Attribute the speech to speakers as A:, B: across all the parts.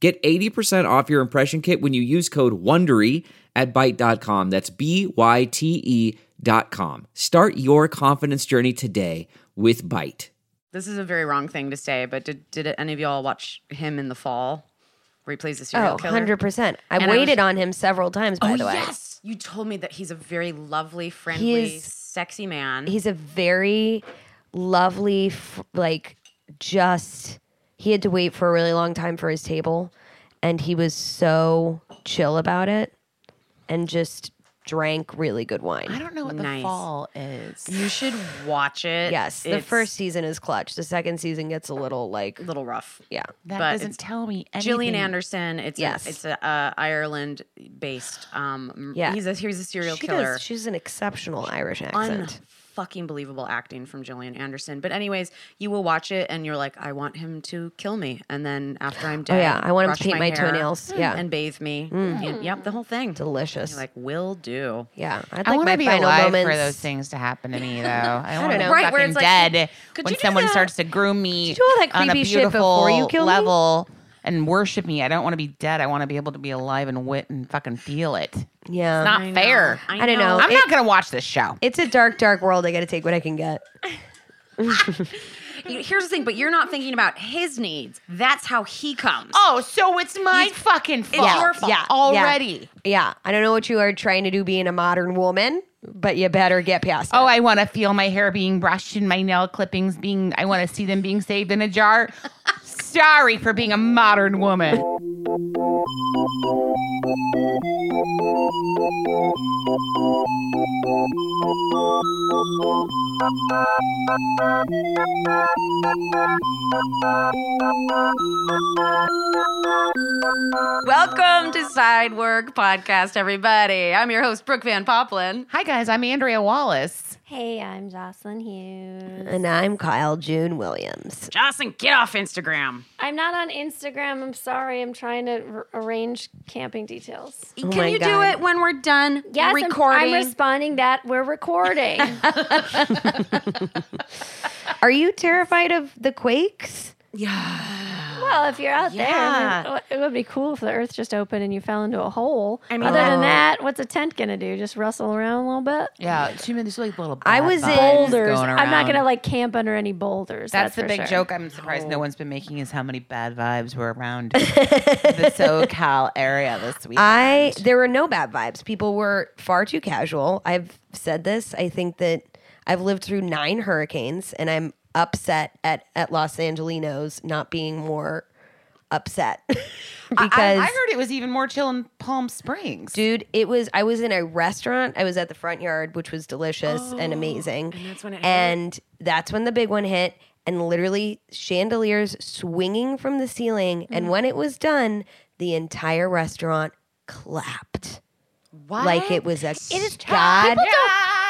A: Get 80% off your impression kit when you use code WONDERY at Byte.com. That's b y t e dot com. Start your confidence journey today with Byte.
B: This is a very wrong thing to say, but did, did any of y'all watch him in the fall where he plays the serial
C: Oh,
B: killer?
C: 100%. I
B: And I was-
C: waited on him several times, by
B: Oh,
C: the way.
B: yes. You told me that he's a very lovely, friendly,
C: He's-
B: sexy man.
C: He's a very lovely, f- like, just, he had to wait for a really long time for his table. And he was so chill about it and just drank really good wine.
D: I don't know what
B: Nice.
D: the fall is.
B: you should watch it.
C: Yes, the
B: It's
C: first season is clutch. The second season gets a little like
B: a little rough.
C: yeah.
D: That
B: But it's
D: doesn't tell me anything.
B: Gillian Anderson. It's
C: Yes.
B: a, it's a uh, Ireland based. Um,
C: Yeah.
B: he's a he's a serial
C: She
B: killer.
C: does. She's an exceptional Irish accent.
B: Unfucking believable acting from Gillian Anderson. But anyways, you will watch it and you're like, I want him to kill me, and then after I'm dead,
C: Oh, yeah. I want him to
B: brush
C: paint my
B: hair
C: toenails. Yeah. Mm.
B: and bathe me. And- yep, the whole thing.
C: Delicious.
B: You're like, will do.
C: yeah, I'd
D: I
C: like
D: want
C: my
D: to be
C: final
D: alive
C: moments.
D: for those things to happen to me, though. I don't,
C: don't
D: want to
C: know.
D: be
B: Right, where
D: fucking
B: it's like,
D: dead
B: could
D: when
B: you do
D: someone
B: that?
D: starts to groom me
C: do all that
D: on a
C: creepy shit before
D: beautiful
C: you kill me?
D: level and worship me. I don't want to be dead. I want to be able to be alive and wit and fucking feel it.
C: Yeah,
D: Not
B: know.
D: fair.
C: I don't know.
D: I'm
C: It-
D: not gonna watch this show.
C: it's a dark, dark world. I got to take what I can get.
B: You- Here's the thing, but you're not thinking about his needs. That's how he comes.
D: oh, so it's my fucking fault.
B: your fault.
D: Yeah,
B: Yeah.
D: already.
C: Yeah, I don't know what you are trying to do being a modern woman, but you better get past
D: Oh,
C: it.
D: I want to feel my hair being brushed and my nail clippings being. I want to see them being saved in a jar. Sorry for being a modern woman.
B: Welcome to Sidework Podcast, everybody. I'm your host, Brooke Van Poplin.
D: Hi guys, I'm Andrea Wallace.
E: Hey, I'm Jocelyn Hughes.
C: And I'm Kyle June Williams.
B: Jocelyn, get off Instagram.
E: I'm not on Instagram. I'm sorry. I'm trying to r- arrange camping details.
B: Can
C: Oh my
B: you do
C: God.
B: it when we're done
E: Yes, I'm-
B: recording?
E: I'm, responding that we're recording.
C: Are you terrified of the quakes?
E: well, if you're out
D: Yeah.
E: there, I mean, it would be cool if the earth just opened and you fell into a hole.
B: I mean-
E: Other than that, what's a tent going to do? Just rustle around a little bit?
D: Yeah, she mean, there's like little.
C: I
D: bad
C: was in-
D: vibes
C: Boulders.
D: going
E: I'm not
D: around.
E: going to like camp under any boulders.
D: That's,
E: That's,
D: the
E: for
D: big
E: sure.
D: joke. I'm surprised no. one's been making is how many bad vibes were around the SoCal area this week.
C: I there were no bad vibes. People were far too casual. I've said this. I think that I've lived through nine hurricanes, and I'm upset at at Los Angelinos not being more upset because
D: I, I heard it was even more chill in Palm Springs.
C: dude it was i was in a restaurant i was at the front yard which was delicious
E: Oh,
C: and amazing and that's, when it and that's when the big one hit and literally chandeliers swinging from the ceiling
E: Mm.
C: and when it was done the entire restaurant clapped like it was a god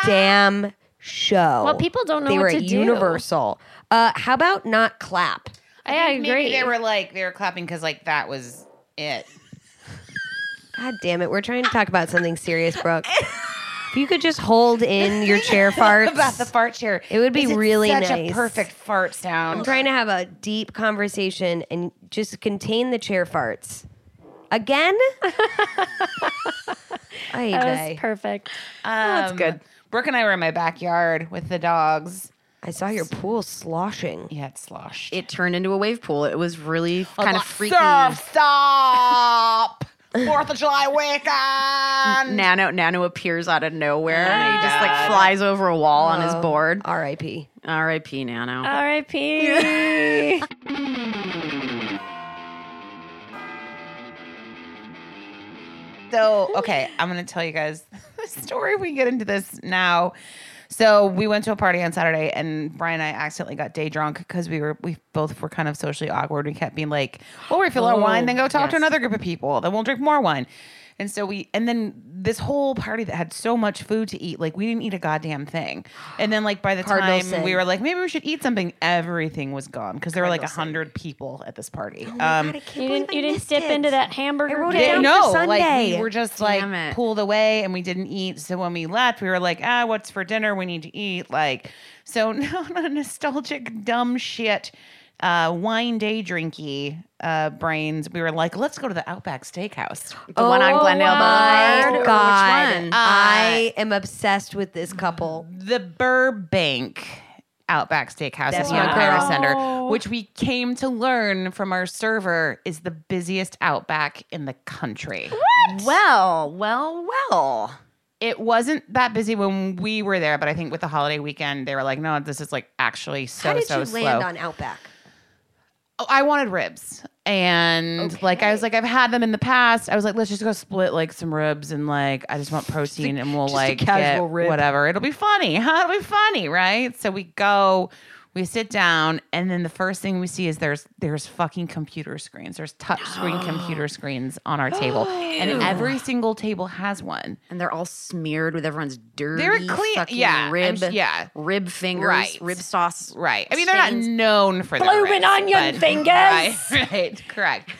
C: damn show
E: Well, people don't know
C: they
E: what
C: were
E: to
C: at
E: do.
C: universal uh, how about not clap
E: I agree.
D: Maybe they were like they were clapping because like that was it.
C: God damn it, we're trying to talk about something serious, Brooke. if you could just hold in your chair farts.
D: About the fart chair,
C: It would be
D: Is
C: really
D: such
C: nice.
D: a perfect fart sound.
C: I'm trying to have a deep conversation and just contain the chair farts. Again? Ay,
E: that
C: vey.
E: was perfect.
D: that's
B: Oh, good.
D: Um, Brooke and I were in my backyard with the dogs.
C: I saw your pool sloshing.
D: Yeah, it's sloshed.
B: it turned into a wave pool. It was really kind of freaky.
D: Surf, stop. Fourth of July weekend.
B: Nano Nano appears out of nowhere and he just like flies over a wall on his
C: Oh,
B: board.
C: R.I.P.
B: R.I.P. Nano.
F: Uh,
E: R.I.P.
D: So, okay, I'm going to tell you guys the story. We can get into this now. So we went to a party on Saturday, and Brian and I accidentally got day drunk because we were we both were kind of socially awkward. We kept being like, "Well, refill our wine, then go talk to
F: yes.
D: another group of people, then we'll drink more wine." And so we, and then this whole party that had so much food to eat, like we didn't eat a goddamn thing. And then like by the
C: Cardinal
D: time
C: sin.
D: we were like, maybe we should eat something, everything was gone because there were like a hundred people at this party. um,
E: You didn't, you didn't dip into that hamburger.
C: I wrote it
E: dip?
C: down.
D: no,
C: for
D: like
C: Sunday.
D: we were just
F: Damn
D: like
F: it.
D: pulled away and we didn't eat. So when we left, we were like, ah, what's for dinner? We need to eat. Like, so no, no nostalgic dumb shit. Uh, wine day drinky uh, brains. We were like, let's go to the Outback Steakhouse.
F: The one
E: Oh
F: on Glendale
C: Oh my
F: Boulevard. or
C: God.
F: Which one?
C: I
E: Uh,
C: am obsessed with this couple.
D: the Burbank Outback Steakhouse
C: That's
D: at the
C: my
D: Empire
C: girl.
D: Center, which we came to learn from our server is the busiest Outback in the country.
F: Well, well, well.
D: It wasn't that busy when we were there, but I think with the holiday weekend, they were like, "No, this is like actually so
C: How did
D: so
C: you
D: slow."
C: land on Outback?
D: Oh, I wanted ribs. And like I was like I've had them in the past. I was like let's just go split like some ribs and like I just want protein and we'll like
F: casual
D: get
F: rib.
D: whatever. It'll be funny. Huh? It'll be funny, right? So we go, we sit down and then the first thing we see is there's there's fucking computer screens. There's touch screen computer screens on our table. and every single table has one.
F: And they're all smeared with everyone's dirty
D: clean-
F: fucking
D: yeah, I'm
F: rib,
D: s- yeah.
F: rib fingers,
D: Right.
F: rib sauce.
D: Right. I mean, they're not
F: stains.
D: known for their
E: Bloomin'
D: ribs,
E: onion
D: but-
E: fingers.
D: Right, right, correct.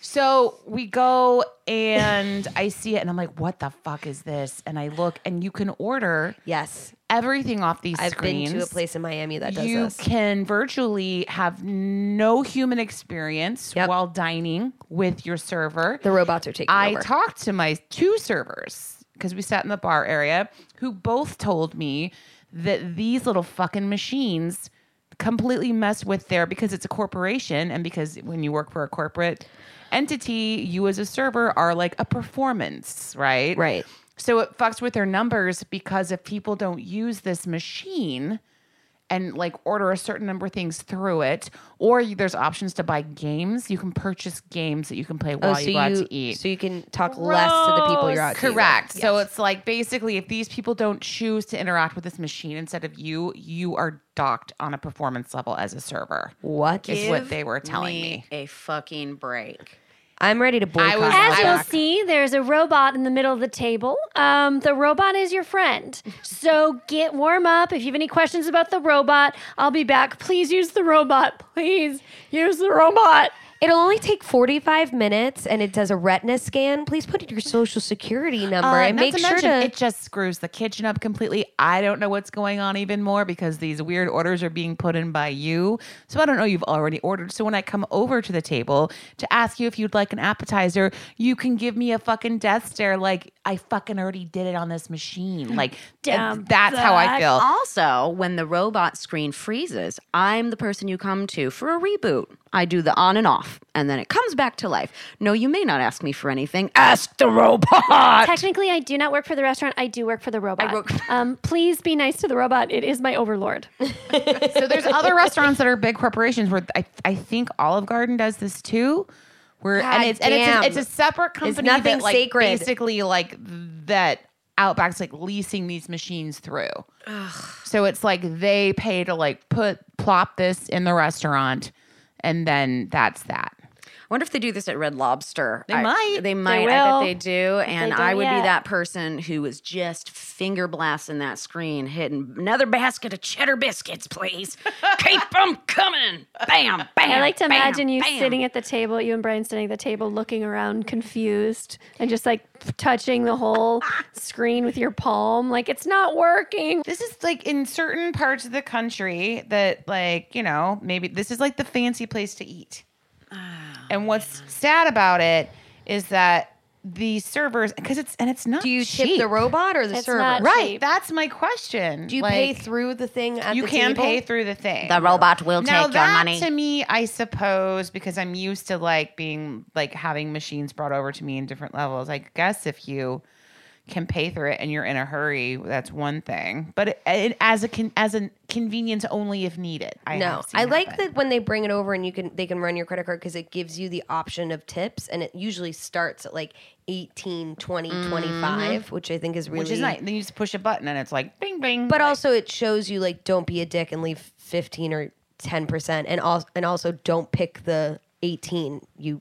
D: So we go and I see it and I'm like, what the fuck is this? And I look and you can order
C: Yes.
D: everything off these
C: I've
D: screens.
C: been to a place in Miami that does
D: you
C: this.
D: can virtually have no human experience
C: Yep.
D: while dining with your server.
C: The robots are taking
D: I
C: over.
D: talked to my two servers because we sat in the bar area, who both told me that these little fucking machines completely mess with their because it's a corporation and because when you work for a corporate entity, you as a server are like a performance, right?
C: Right.
D: So it fucks with their numbers because if people don't use this machine and like order a certain number of things through it, or you, there's options to buy games. You can purchase games that you can play while
C: Oh, so
D: you go out
C: you,
D: to eat.
C: so you can talk less to the people you're out to eat with.
D: Correct. So it's like basically, if these people don't choose to interact with this machine instead of you, you are docked on a performance level as a server.
C: What?
D: Is what they were telling
F: me,
D: me.
F: a fucking break.
C: I'm ready to boycott.
D: I was-
E: As
D: Outback.
E: you'll see, there's a robot in the middle of the table. Um, the robot is your friend. So get warm up. If you have any questions about the robot, I'll be back. Please use the robot. Please use the robot.
C: It'll only take 45 minutes and it does a retina scan. Please put in your social security number
D: Uh,
C: and
D: not
C: make
D: to
C: sure
D: mention,
C: to.
D: it just screws the kitchen up completely. I don't know what's going on even more because these weird orders are being put in by you. So I don't know you've already ordered. So when I come over to the table to ask you if you'd like an appetizer, you can give me a fucking death stare like I fucking already did it on this machine. Like th-
E: Dumb
D: that's how I
E: fuck.
D: feel.
F: Also, when the robot screen freezes, I'm the person you come to for a reboot. I do the on and off, and then it comes back to life. No, you may not ask me for anything. Ask the robot.
E: Technically, I do not work for the restaurant. I do work for the robot. um, please be nice to the robot. It is my overlord.
D: So there's other restaurants that are big corporations where I, I think Olive Garden does this too. Where and
C: God
D: it's and it's a,
C: damn.
D: it's a separate company
C: nothing
D: that like
C: sacred.
D: basically like that Outback's like leasing these machines through. So it's like they pay to like put plop this in the restaurant, and then that's that.
F: I wonder if they do this at Red Lobster. They
D: might.
F: They might. I bet
E: will,
F: they do. And
E: don't
F: I would be
E: yet.
F: that person who was just finger blasting that screen, hitting another basket of cheddar biscuits, please. Keep them coming. Bam, bam.
E: I like to
F: bam,
E: imagine you
F: bam.
E: sitting at the table, you and Brian sitting at the table, looking around confused and just like touching the whole screen with your palm. Like, it's not working.
D: This is like in certain parts of the country that, like, you know, maybe this is like the fancy place to eat.
C: Oh,
D: and what's sad about it is that the servers, because it's, and it's not.
C: do you
D: cheap.
C: tip the robot or the
E: It's
C: server?
E: not
D: Right.
E: cheap.
D: That's my question.
C: Do you pay through the thing at
D: You
C: the
D: can
C: table?
D: pay through the thing.
F: The robot will
D: now
F: take your
D: that
F: money.
D: to me, I suppose, because I'm used to like being like having machines brought over to me in different levels. I guess if you can pay for it and you're in a hurry, that's one thing. But it, it, as a con, as a convenience only if needed. I
C: no,
D: have seen
C: I like
D: happen.
C: that when they bring it over and you can they can run your credit card because it gives you the option of tips and it usually starts at like 18, 20, 25, which I think is really
D: Mm-hmm. which is nice. Then you just push a button and it's like bing bing.
C: But also it shows you like don't be a dick and leave 15 or 10% and also and also don't pick the 18 you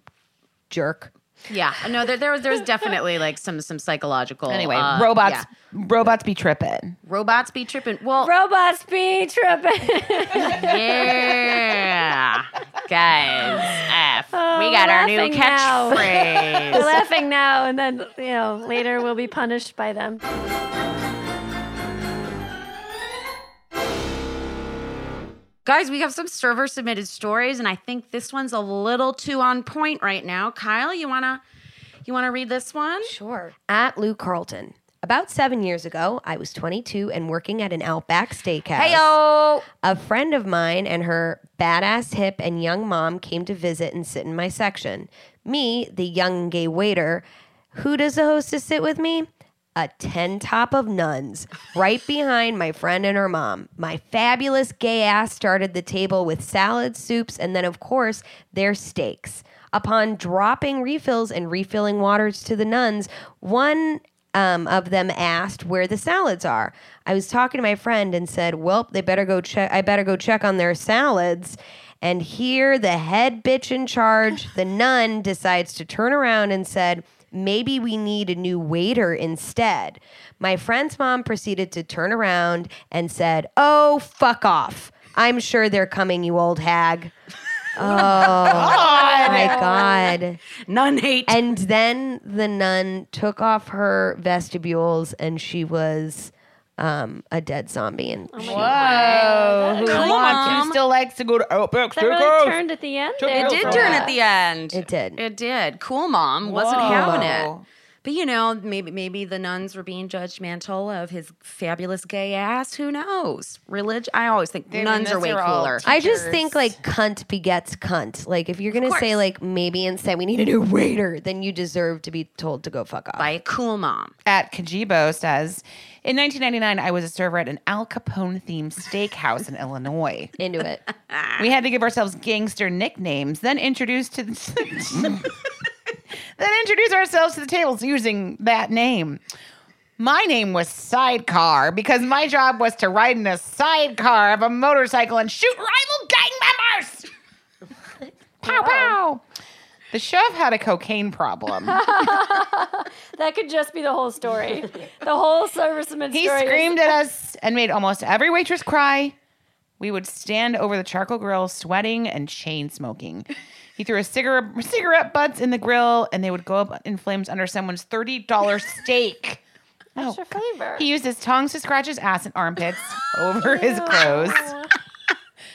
C: jerk.
B: Yeah, Uh, no, there, there was there was definitely like some some psychological.
D: anyway,
B: uh,
D: robots
B: yeah.
D: robots be tripping.
B: robots be tripping. Well,
E: Robots be tripping.
B: yeah, guys, F. we got our new
E: laughing now. We're
B: catchphrase.
E: laughing now, and then you know later we'll be punished by them.
B: guys, we have some server submitted stories, and I think this one's a little too on point right now. Kyle, you wanna you wanna read this one?
C: Sure. At Lou Carlton. About seven years ago, I was 22 and working at an Outback Steakhouse.
B: Heyo.
C: A friend of mine and her badass hip and young mom came to visit and sit in my section. Me, the young gay waiter, who does the hostess sit with me? A 10 top of nuns, right behind my friend and her mom. My fabulous gay ass started the table with salad, soups, and then, of course, their steaks. Upon dropping refills and refilling waters to the nuns, one um, of them asked where the salads are. I was talking to my friend and said, "Well, they better go check. I better go check on their salads." And here, the head bitch in charge, the nun, decides to turn around and said, "Maybe we need a new waiter instead." My friend's mom proceeded to turn around and said, "Oh, fuck off! I'm sure they're coming, you old hag." Oh my god.
B: None hate.
C: And then the nun took off her vestibules and she was um, a dead zombie. And
E: Oh
C: she-
D: Whoa, who
B: Come
D: wants
B: on.
D: who still likes to go to Outback
E: That really turned at the end. there.
B: It did turn at the end.
C: It did.
B: It did. Cool mom wasn't having it. But you know, maybe maybe the nuns were being judgmental of his fabulous gay ass. Who knows? Religion. I always think
D: They were
B: nuns are way
D: miserable.
B: cooler.
C: I just think
D: teachers.
C: like cunt begets cunt. Like if you're going to say
B: course.
C: like maybe instead we need a new waiter, then you deserve to be told to go fuck off.
B: by a cool mom.
D: at Kajibo says, in 1999, I was a server at an Al Capone themed steakhouse in Illinois.
C: Into it. Oh
D: We had to give ourselves gangster nicknames, then introduced to the- then introduce ourselves to the tables using that name. My name was Sidecar because my job was to ride in a sidecar of a motorcycle and shoot rival gang members. pow pow. The chef had a cocaine problem.
E: That could just be the whole story. the whole serviceman
D: He
E: story. is-
D: screamed at us and made almost every waitress cry. We would stand over the charcoal grill, sweating and chain smoking. He threw a cigarette cigarette butts in the grill, and they would go up in flames under someone's thirty dollar steak. Oh,
E: Extra flavor.
D: he used his tongs to scratch his ass and armpits over his clothes.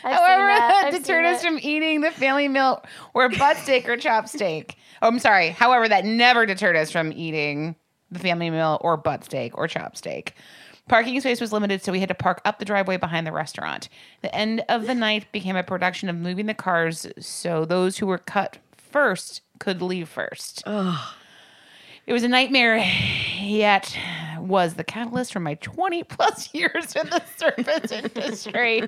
E: I've
D: However,
E: that.
D: that
E: I've seen
D: deterred us
E: it.
D: from eating the family meal or butt steak or chop steak. Oh, I'm sorry. However, that never deterred us from eating the family meal or butt steak or chop steak. Parking space was limited, so we had to park up the driveway behind the restaurant. The end of the night became a production of moving the cars so those who were cut first could leave first. It was a nightmare, yet was the catalyst for my 20 plus years in the service industry.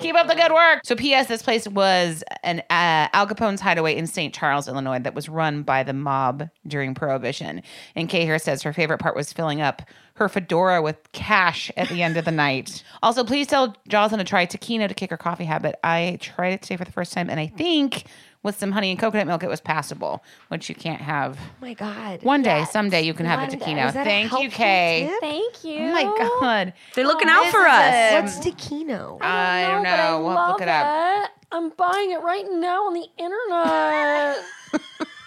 D: Keep up the good work. So, P.S. This place was an uh, Al Capone's hideaway in St. Charles, Illinois, that was run by the mob during Prohibition. And Kay here says her favorite part was filling up her fedora with cash at the end of the night. Also, please tell Jocelyn to try Taquino to kick her coffee habit. I tried it today for the first time, and I think with some honey and coconut milk, it was passable, which you can't have.
C: Oh my God.
D: One day, someday, you can have
E: One
D: the
E: day.
D: taquino.
E: Is
C: that a
D: Thank you,
C: helpful
D: Kay.
C: tip?
E: Thank you.
D: Oh my God.
B: They're looking out for us.
C: What's Taquino?
D: I don't know.
E: but I
D: We'll
E: love
D: look it up.
E: it. I'm buying it right now on the internet.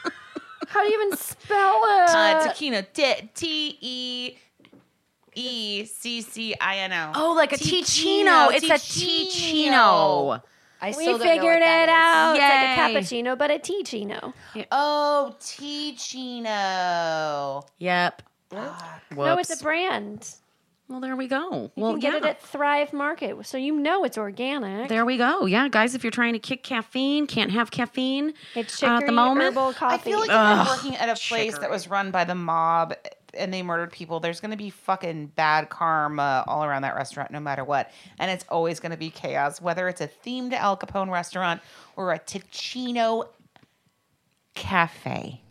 E: How do you even spell it?
D: Uh, taquino. T- T E E C C I N O.
B: Oh, like a Ticino. It's a Ticino.
C: I
E: we
C: still don't know what
E: figured
C: that
E: it
C: is.
E: out.
B: Oh, Yay.
E: Oh, It's like a cappuccino, but a Ticino.
D: Oh, Ticino.
B: Yep.
E: No, it's a brand.
B: Well, there we go.
E: You
B: well,
E: can get
B: yeah.
E: it at Thrive Market, so you know it's organic.
B: there we go. Yeah, guys, if you're trying to kick caffeine, can't have caffeine
E: it's
B: uh,
E: chicory
B: at the moment.
E: herbal coffee.
D: I feel like if I'm working at a place that was run by the mob and they murdered people, there's going to be fucking bad karma all around that restaurant, no matter what. And it's always going to be chaos, whether it's a themed Al Capone restaurant or a Ticino cafe.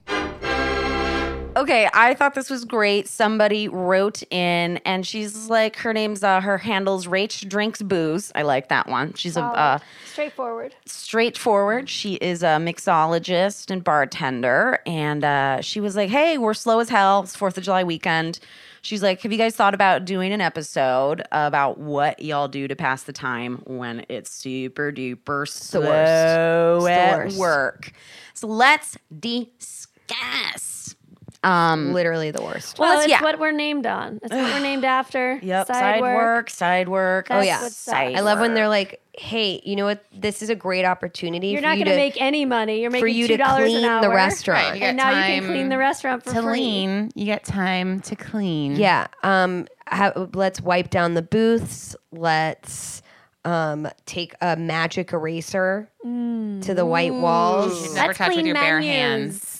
B: Okay, I thought this was great. Somebody wrote in, and she's like, her name's uh, her handle's Rach drinks booze. I like that one. She's a uh,
E: Straightforward.
B: straightforward. She is a mixologist and bartender. And uh, she was like, hey, we're slow as hell. It's 4th of July weekend. She's like, have you guys thought about doing an episode about what y'all do to pass the time when it's super duper slow at
C: worst.
B: work? So let's discuss. Um,
C: Literally the worst.
E: Well,
B: let's-
E: it's
B: yeah.
E: what we're named on. It's what we're named after.
B: Yep. Side, work. side work.
E: That's
B: oh yeah.
E: what sucks.
B: Side
E: I
C: I love when
B: work.
C: they're like, "Hey, you know what? This is a great opportunity
E: You're
C: for
E: not
C: you
E: going to make any money. You're making
C: for you
E: two
C: to
E: dollars an
C: clean
E: hour.
C: the restaurant."
D: Right, you
E: and
D: got
E: now you can
D: time
E: clean the restaurant for
D: To
E: free.
D: lean, you got time to clean.
C: Yeah. Um. ha- let's wipe down the booths. Let's um take a magic eraser to the white
D: Mm.
C: walls.
D: Never
E: Let's
D: touch with
E: clean
D: your bare
E: menus.
D: hands.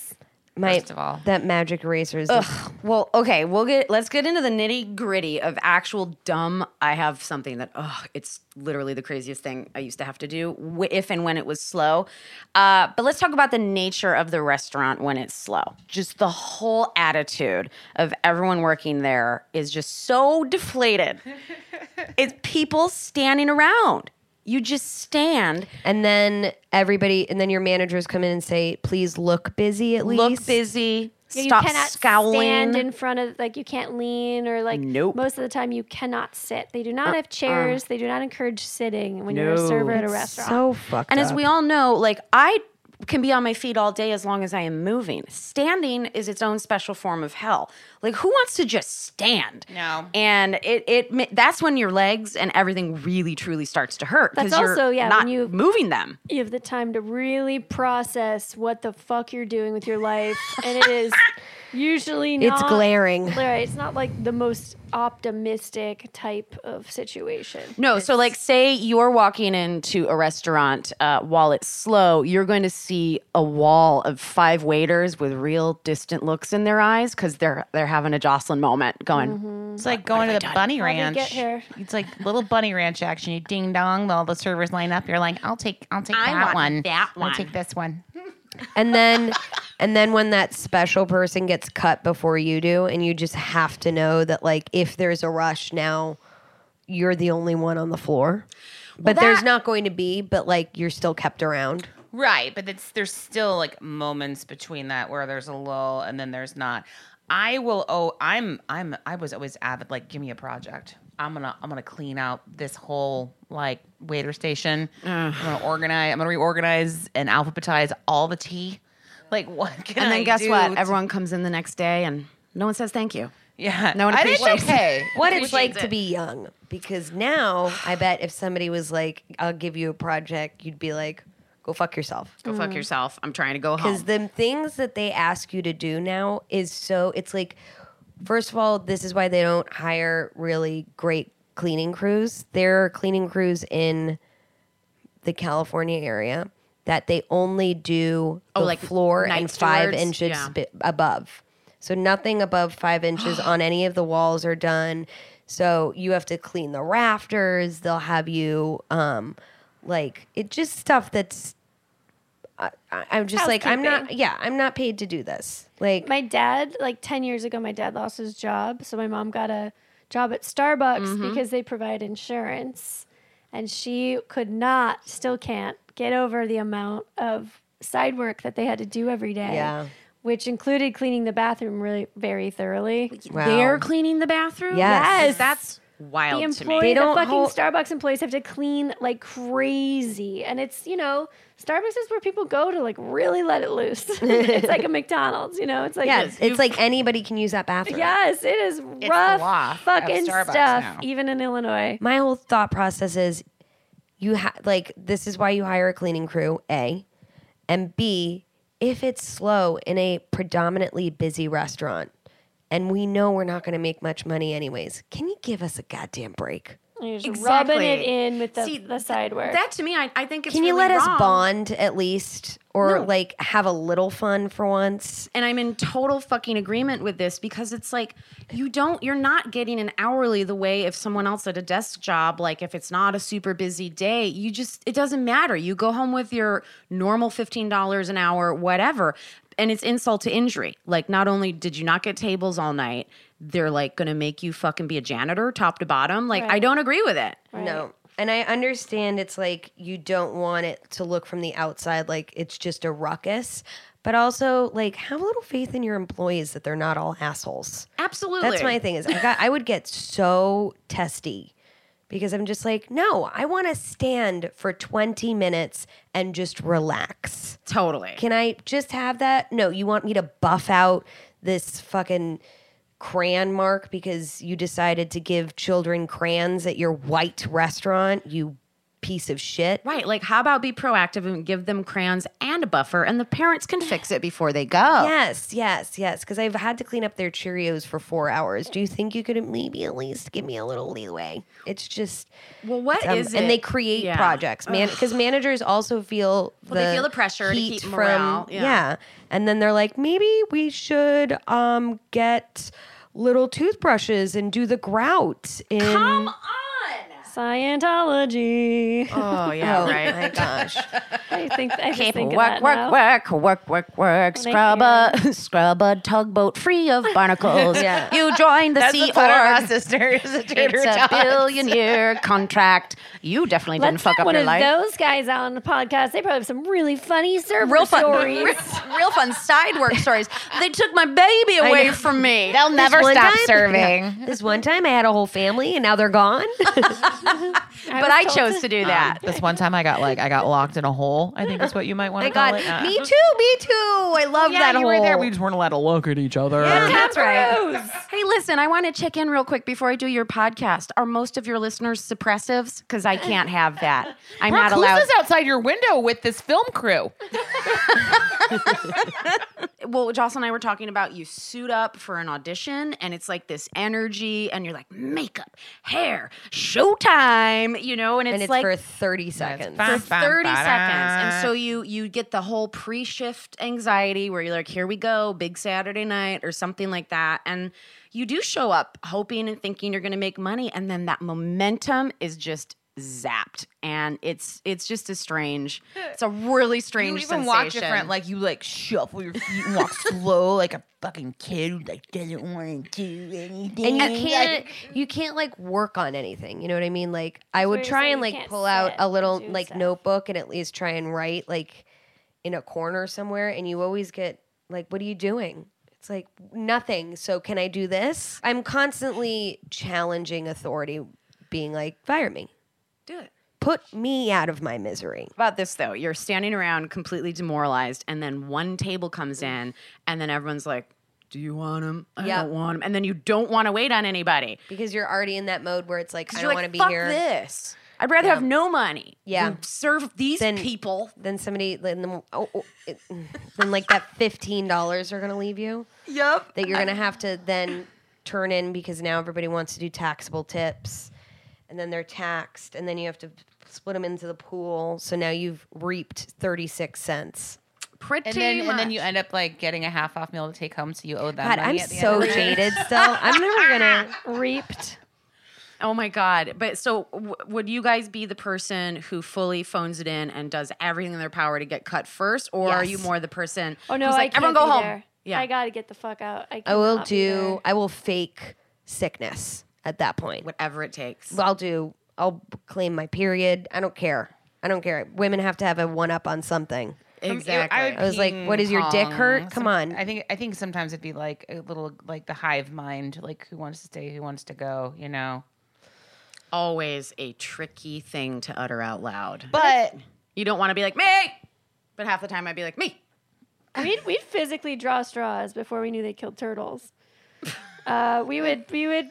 C: My,
D: First of all.
C: that magic eraser is.
B: Well, okay, we'll get let's get into the nitty gritty of actual dumb. I have something that oh, it's literally the craziest thing I used to have to do wh- if and when it was slow. Uh, but let's talk about the nature of the restaurant when it's slow. Just the whole attitude of everyone working there is just so deflated. it's people standing around. You just stand,
C: And then everybody, and then your managers come in and say, "Please look busy at least."
B: look busy,
E: Yeah, You
B: stop
E: cannot
B: scowling.
E: stand in front of like you can't lean or like most of the time you cannot sit. They do not have chairs. they do not encourage sitting when you're a server at a restaurant.
C: So fucked
B: And
C: up.
B: as we all know, like I can be on my feet all day as long as I am moving. Standing is its own special form of hell. Like who wants to just stand?
D: No.
B: And it it ma- that's when your legs and everything really truly starts to hurt
E: That's
B: you're
E: also, yeah, when
B: not
E: you-
B: moving them.
E: you have the time to really process what the fuck you're doing with your life, and it is usually not.
C: it's glaring.
E: Right, it's not like the most optimistic type of situation.
B: No, so like say you're walking into a restaurant uh, while it's slow, you're going to see a wall of five waiters with real distant looks in their eyes because they're they're having a Jocelyn moment, going,
E: Mm-hmm.
D: It's like going to the bunny
E: How'd we
D: ranch.
E: get here?
D: It's like little bunny ranch action. You ding dong, all the servers line up. You're like, I'll take, I'll take
B: I
D: that
B: want
D: one.
B: that one.
D: I'll take this one.
C: And then and then when that special person gets cut before you do and you just have to know that like if there's a rush now you're the only one on the floor. But there's not going to be, but like you're still kept around.
D: Right, but it's there's still like moments between that where there's a lull and then there's not. I will oh I'm I'm I was always avid like give me a project. I'm gonna I'm gonna clean out this whole like waiter station. I'm gonna organize I'm gonna reorganize and alphabetize all the tea. Like what can
B: and then
D: I
B: guess
D: do
B: what?
D: to-
B: Everyone comes in the next day and no one says thank you.
D: yeah.
B: no one
D: I think it's
B: appreciates it.
D: okay.
C: What it's like to be young because now I bet if somebody was like I'll give you a project, you'd be like go fuck yourself.
B: Go
D: Mm.
B: fuck yourself. I'm trying to go home.
C: because the things that they ask you to do now is so it's like first of all this is why they don't hire really great cleaning crews there are cleaning crews in the california area that they only do the
B: Oh, like
C: floor
B: night
C: and five
B: stewards?
C: inches
B: Yeah.
C: bi- above so nothing above five inches on any of the walls are done so you have to clean the rafters they'll have you um like it just stuff that's I- I'm just like I'm not.
E: Housekeeping.
C: Yeah, I'm not paid to do this. Like
E: my dad like 10 years ago my dad lost his job so my mom got a job at starbucks
C: Mm-hmm.
E: because they provide insurance and she could not still can't get over the amount of side work that they had to do every day
C: Yeah.
E: which included cleaning the bathroom really very thoroughly
C: wow.
B: They're cleaning the bathroom?
C: Yes. Yes.
B: That's wild
E: the
B: to me.
E: employee,
C: They
E: the
C: don't
E: fucking
C: hold-
E: Starbucks employees have to clean like crazy, and it's you know Starbucks is where people go to like really let it loose. it's like a McDonald's, you know. It's like
C: yeah, it's, it's like anybody can use that bathroom.
E: Yes, it is
D: the law
E: rough
D: of
E: fucking
D: Starbucks
E: stuff,
D: now.
E: even in Illinois.
C: My whole thought process is, you ha- like this is why you hire a cleaning crew. A, and B, if it's slow in a predominantly busy restaurant, and we know we're not going to make much money anyways, can you give us a goddamn break?
E: You're just
B: Exactly.
E: rubbing it in with the,
B: See,
E: the side work.
B: That to me, I, I think it's
C: Can you
B: really
C: let us
B: wrong.
C: bond at least, or like have a little fun for once.
B: and I'm in total fucking agreement with this because it's like you don't you're not getting an hourly the way if someone else at a desk job like if it's not a super busy day you just it doesn't matter you go home with your normal $15 an hour whatever and it's insult to injury like not only did you not get tables all night they're like going to make you fucking be a janitor top to bottom like I don't agree with it
C: No. And I understand it's like you don't want it to look from the outside like it's just a ruckus, but also like have a little faith in your employees that they're not all assholes.
B: absolutely
C: That's my thing is I got I would get so testy because I'm just like, no, I want to stand for 20 minutes and just relax.
B: totally
C: Can I just have that? No, you want me to buff out this fucking crayon mark because you decided to give children crayons at your white restaurant, you piece of shit.
B: Right, like how about be proactive and give them crayons and a buffer, and the parents can fix it before they go.
C: Yes, yes, yes. Because I've had to clean up their Cheerios for four hours. Do you think you could maybe at least give me a little leeway? It's just
B: Well, what
C: um,
B: is it?
C: and they create
B: Yeah.
C: projects, man. Because managers also feel the
B: they feel the pressure to
C: heat
B: keep morale,
C: from
B: yeah.
C: and then they're like, maybe we should um get little toothbrushes and do the grout in. Oh,
B: Come on.
E: Scientology.
B: Oh yeah,
C: oh my gosh!
E: I think I just think of
B: Work,
E: that now.
B: work, work, work, work, work. Scrub a, scrub a tugboat free of barnacles.
C: Yeah.
B: You join the sea org.
D: sisters.
B: It's a billion year contract. You definitely didn't
E: Let's
B: fuck
E: get
B: up
E: one
B: your
E: of
B: life.
E: those guys out on the podcast. They probably have some really funny server stories.
B: real fun side work stories. They took my baby away from me.
D: They'll never
C: one
D: stop
C: time-
D: serving.
C: This one time, I had a whole family, and now they're gone.
B: but I chose to do that.
D: This one time I got like I got locked in a hole. I think is what you might want
C: my
D: to call
C: God,
D: it. Uh,
C: me too, me too. I love
D: yeah,
C: that
D: you
C: whole.
D: were there. We just weren't allowed to look at each other.
B: That's right. Hey, listen, I want to check in real quick before I do your podcast. Are most of your listeners suppressives? Because I can't have that. I'm
D: Brooke,
B: not
D: who's
B: allowed.
D: this outside your window with this film crew?
B: Well, Jocelyn and I were talking about you suit up for an audition, and it's like this energy, and you're like makeup, hair, showtime, you know, and it's,
C: and it's
B: like.
C: for 30 seconds.
B: for
D: Bum, bum,
B: 30
D: ba-da.
B: seconds and so you you get the whole pre-shift anxiety where you're like here we go big saturday night or something like that and you do show up hoping and thinking you're going to make money and then that momentum is just zapped and it's it's just a strange it's a really
D: You
B: strange sensation
D: even walk different. Like you like shuffle your feet and walk slow, like a fucking kid who like doesn't want to do anything.
C: and you can't you can't like work on anything you know what i mean like i would
E: you're
C: try
E: saying
C: and
E: you
C: like
E: can't
C: pull out
E: sit
C: a
E: and
C: little
E: do
C: like
E: stuff.
C: notebook and at least try and write like in a corner somewhere and you always get like what are you doing it's like nothing so can i do this i'm constantly challenging authority being like fire me
B: do it
C: put me out of my misery
B: about this though you're standing around completely demoralized and then one table comes in and then everyone's like do you want them? I
C: Yeah.
B: don't want them. And then you don't want to wait on anybody.
C: because you're already in that mode where it's like i
B: Because
C: don't
B: you're
C: want
B: like,
C: to be
B: fuck
C: here
B: this. I'd rather have no money.
C: Yeah.
B: than serve these
C: Then-
B: people.
C: then somebody then, the- oh, oh, it- then like that $15 are going to leave you
B: Yep.
C: that you're going to have to then turn in because now everybody wants to do taxable tips and then they're taxed and then you have to split them into the pool so now you've reaped 36 cents
B: Pretty
D: And then,
B: much.
D: and then you end up like getting a half off meal to take home, so you owe them.
C: god
D: money
C: i'm
D: at the end of
C: so
D: the day.
C: jaded still i'm never gonna
E: Reaped.
B: oh my god! But so, w- would you guys be the person who fully phones it in and does everything in their power to get cut first, or are you
C: Yes.
B: more the person?
E: Oh no,
B: who's
E: I
B: like,
E: can't
B: everyone go
E: be
B: home.
E: There.
B: Yeah.
E: I gotta get the fuck out. I,
C: i will
E: cannot be
C: do i will fake sickness at that point
B: Whatever it takes.
C: I'll do. I'll claim my period. I don't care. I don't care. Women have to have a one up on something.
D: um,
B: exactly.
D: would
C: I was like,
D: ping
C: "What is your dick
D: pong.
C: hurt? Come
D: Some-
C: on."
D: I think I think sometimes it'd be like a little like the hive mind, like who wants to stay, who wants to go, you know.
B: Always a tricky thing to utter out loud.
D: But
B: You don't want to be like me, but half the time I'd be like me.
E: Oh, there. We'd, we'd physically draw straws before we knew they killed turtles. Uh, we would we would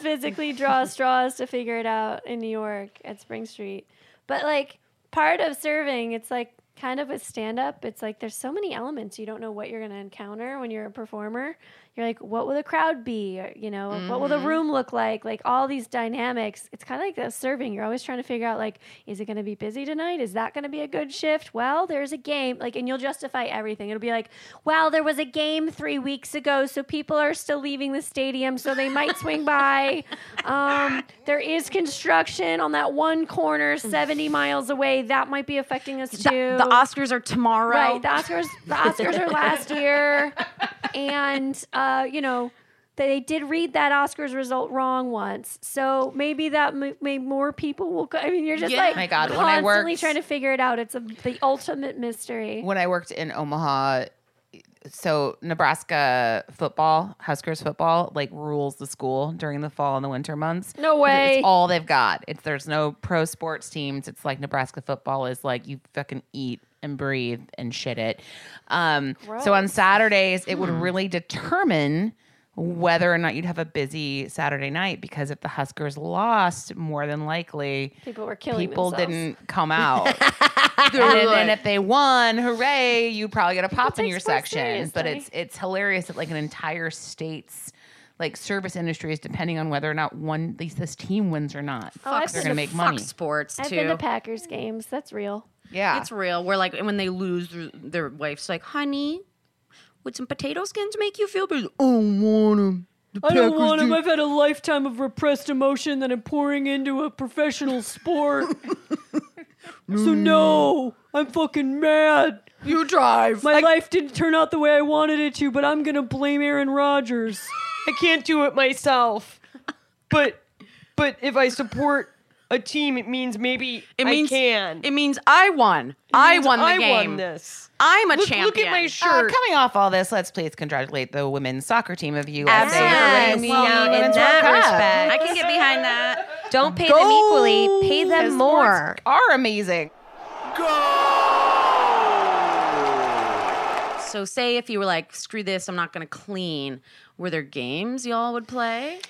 E: physically draw straws to figure it out in New York at Spring Street. But like part of serving, it's like kind of with stand up, it's like there's so many elements you don't know what you're going to encounter when you're a performer. You're like, what will the crowd be? Or, you know, what will the
C: Mm-hmm.
E: room look like? Like all these dynamics. It's kind of like the serving. You're always trying to figure out, like, is it going to be busy tonight? Is that going to be a good shift? Well, there's a game. Like, and you'll justify everything. It'll be like, well, there was a game three weeks ago, so people are still leaving the stadium, so they might swing by. Um, there is construction on that one corner 70 miles away. That might be affecting us
B: The,
E: too.
B: the Oscars are tomorrow.
E: Right. The Oscars. The Oscars are last year, and uh, you know they did read that Oscars result wrong once. So maybe that m- made more people will. Go- I mean, you're just
B: Yeah.
E: like
D: Oh My God, when I
E: constantly
D: worked-
E: trying to figure it out. It's a, the ultimate mystery.
D: when I worked in Omaha, so Nebraska football, Huskers football, like rules the school during the fall and the winter months.
E: No
D: 'Cause
E: way.
D: It's all they've got. It's there's no pro sports teams. It's like Nebraska football is like you fucking eat and breathe and shit it. Um, so on Saturdays, it
E: Hmm.
D: would really determine whether or not you'd have a busy Saturday night because if the Huskers lost, more than likely
E: People were killing
D: people
E: themselves.
D: didn't come out. and, then, and if they won, hooray, you probably get a pop in
E: take
D: your
E: sports
D: section. But it's
E: seriously.
D: it's hilarious that like an entire state's like service industry is depending on whether or not one at least this team wins or not.
E: Oh, I've
D: They're
E: been
D: gonna
E: to-
D: make
B: Fuck
D: money.
B: sports too.
E: I've been to Packers games. That's real.
D: Yeah.
B: It's real. We're like, when they lose, their- their wife's like, honey, would some potato skins make you feel better? Oh, want 'em. The
G: I don't
B: Packers
G: want him.
B: do.
G: I've had a lifetime of repressed emotion that I'm pouring into a professional sport. so no, I'm fucking mad.
B: Mm. You drive.
G: My life didn't turn out the way I wanted it to, but I'm gonna blame Aaron Rodgers. I can't do it myself. But but if I support a team, it means maybe
B: It means
G: I can.
B: It means I won. I won the
G: I
B: game.
G: won this.
B: I'm a
G: Look,
B: champion.
G: look at my
D: Uh,
G: shirt.
D: coming off all this, let's please congratulate the women's soccer team of U.S.
C: Absolutely. Now, in that respect,
B: I can get behind that.
C: don't pay them equally, pay them more.
D: are amazing.
B: So say if you were like, screw this, I'm not going to clean. Were there games y'all would play?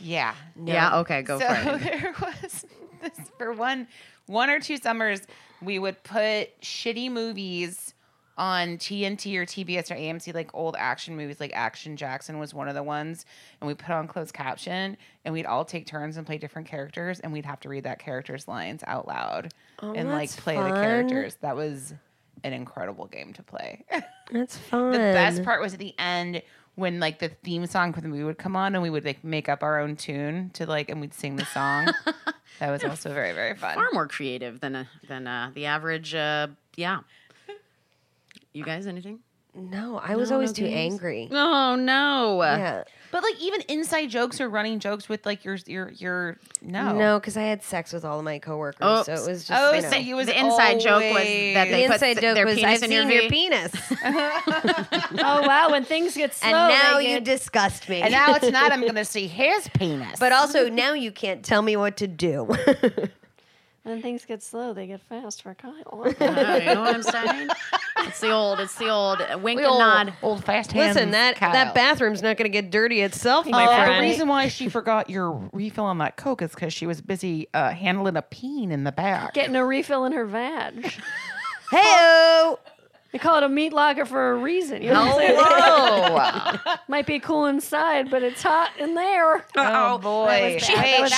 D: Yeah.
B: Yeah. Okay. Go
D: so
B: for it.
D: there was this for one one or two summers we would put shitty movies on TNT or TBS or AMC like old action movies like Action Jackson was one of the ones and we put on closed caption and we'd all take turns and play different characters and we'd have to read that character's lines out loud and like play the characters that was an incredible game to play
C: That's fun.
D: the best part was at the end when like the theme song for the movie would come on and we would like make up our own tune to like and we'd sing the song. that was also very very fun.
B: Far more creative than uh, than uh, the average. Uh, yeah. You guys, anything?
C: No, I was always too angry.
B: Oh no.
C: Yeah.
D: But like even inside jokes or running jokes with like your your your no.
C: No, because I had sex with all of my coworkers,
B: Oh,
C: so it was just.
D: Oh,
C: you
D: so
C: know.
D: you was
B: The inside joke was
D: always-
B: that
C: the
B: they put
C: inside
B: th-
C: joke
B: their
C: was
B: penis
C: I've
B: in your
C: seen
B: V."
C: your penis,
E: Oh wow! When things get slow,
C: and now
E: they
C: you
E: get-
C: disgust me.
D: and now it's not. I'm gonna see his penis.
C: but uh, also now you can't tell me what to do.
E: when things get slow, they get fast for Kyle.
B: Oh, you know what I'm saying? It's the old. It's the old wink and
D: old,
B: nod.
D: old fast hands.
C: Listen, that
D: Kyle.
C: that bathroom's not going to get dirty itself, my
D: Uh, the
C: friend.
D: reason why she forgot your refill on that Coke is because she was busy uh, handling a peen in the back.
E: Getting a refill in her vag.
C: Heyo,
E: They call it a meat locker for a reason. You know what I'm saying?
D: oh,
E: Might be cool inside, but it's hot in there.
D: oh boy!
B: She, she,
D: Wait,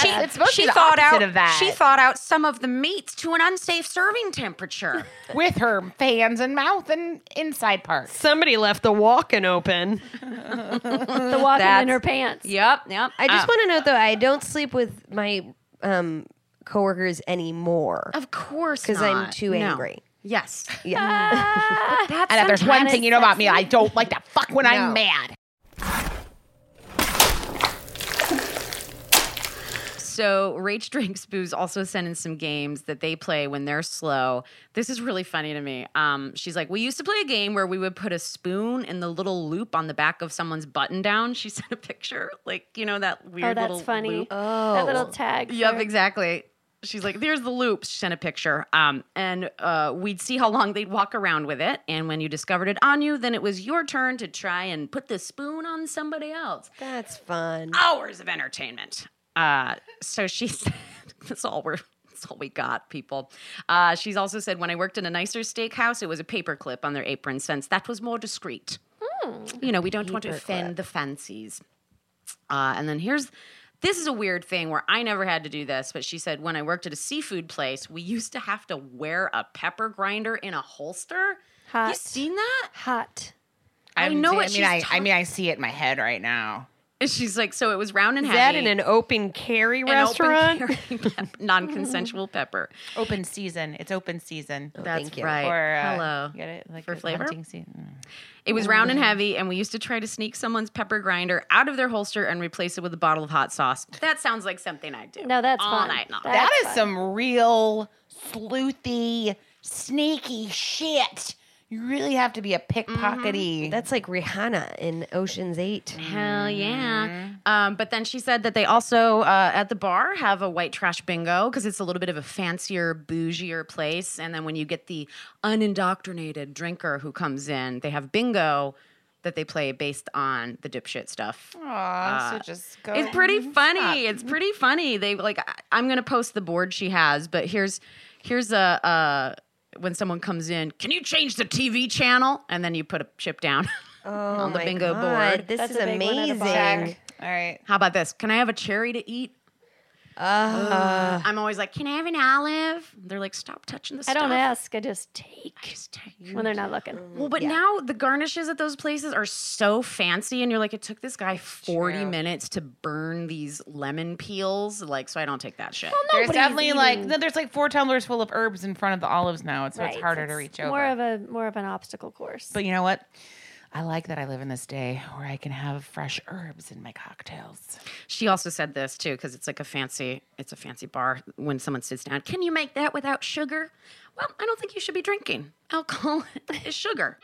D: that's- it's supposed
B: she
D: to be the
B: thawed
D: opposite
B: out.
D: of that.
B: She thawed out some of the meats to an unsafe serving temperature.
D: with her fans and mouth and inside parts.
G: Somebody left the walking open.
E: The walking in
B: That's-
E: her pants.
B: yep, yep.
C: I just want to note though, I don't sleep with my um, coworkers anymore.
B: of course,
C: because I'm
B: not.
C: too
B: No.
C: angry.
B: Yes,
C: Yeah,
E: Ah.
B: that's
D: And if there's one thing you know about me, I don't like to fuck when
C: No.
D: I'm mad.
B: So Rach Drinks Booze also sent in some games that they play when they're slow. This is really funny to me. Um, she's like, we used to play a game where we would put a spoon in the little loop on the back of someone's button down. She sent a picture, like you know that weird
E: Oh, that's
B: little
E: funny.
B: loop.
E: That little tag.
B: Yep,
E: for-
B: exactly. She's like, there's the loop. She sent a picture. Um, and uh, we'd see how long they'd walk around with it. And when you discovered it on you, then it was your turn to try and put the spoon on somebody else.
C: that's fun.
B: Hours of entertainment. Uh, so she said, that's all we're That's all we got, people. Uh, she's also said, when I worked in a nicer steakhouse, it was a paperclip on their apron since that was more discreet.
G: Hmm.
B: You know, we don't want to offend the fancies. Uh, and then here's this is a weird thing where I never had to do this, but she said, when I worked at a seafood place, we used to have to wear a pepper grinder in a holster. You
E: Hot.
B: seen that?
E: Hot.
B: I
D: I'm
B: know
D: d-
B: what
D: I mean,
B: she's
D: I, I
B: talking-
D: mean, I see it in my head right now.
B: And she's like, so it was round and
G: Is
B: heavy.
G: that in an open carry
B: and open
G: restaurant?
B: carry pep- non-consensual pepper.
D: Open season. It's open season.
B: That's
C: thank you.
B: right.
D: Or, uh,
B: Hello. Mm.
D: you Get it? Like
B: For
D: a
B: flavor?
D: hunting season.
B: It was round and heavy, and we used to try to sneak someone's pepper grinder out of their holster and replace it with a bottle of hot sauce. That sounds like something I do.
E: No, that's
B: all
E: fun.
B: night long.
E: That-
D: That
E: That's
D: is some real sleuthy, sneaky shit. You really have to be a pickpockety.
C: That's like Rihanna in Ocean's Eight.
B: Hell
D: Mm-hmm.
B: yeah. Um, but then she said that they also uh, at the bar have a white trash bingo because it's a little bit of a fancier, bougier place. And then when you get the unindoctrinated drinker who comes in, they have bingo that they play based on the dipshit stuff.
D: Aw, so just go.
B: It's pretty funny. It's pretty funny. They like I, I'm gonna post the board she has, but here's here's a uh when someone comes in, can you change the TV channel? And then you put a chip down.
C: on
E: Oh
B: the bingo board.
C: This
E: That's
C: is
E: a big one at a
C: amazing.
E: bar.
D: All right.
B: How about this? Can I have a cherry to eat? Uh, I'm always like, can I have an olive? They're like, stop touching the
E: I
B: stuff.
E: don't ask. I just take
B: Just Mm. take
E: when they're not looking.
B: Well, but now the garnishes at those places are so fancy, and you're like, it took this guy 40 minutes to burn these lemon peels. Like, so I don't take that shit.
D: There's
E: Nobody's
D: definitely like
E: eating.
D: no, there's like four tumblers full of herbs in front of the olives now, so
E: Right,
D: it's harder to reach
E: More
D: over.
E: of a more of an obstacle course.
D: but you know what? I like that I live in this day where I can have fresh herbs in my cocktails.
B: She also said this too, because it's like a fancy, it's a fancy bar. When someone sits down, can you make that without sugar? Well, I don't think you should be drinking. Alcohol is sugar.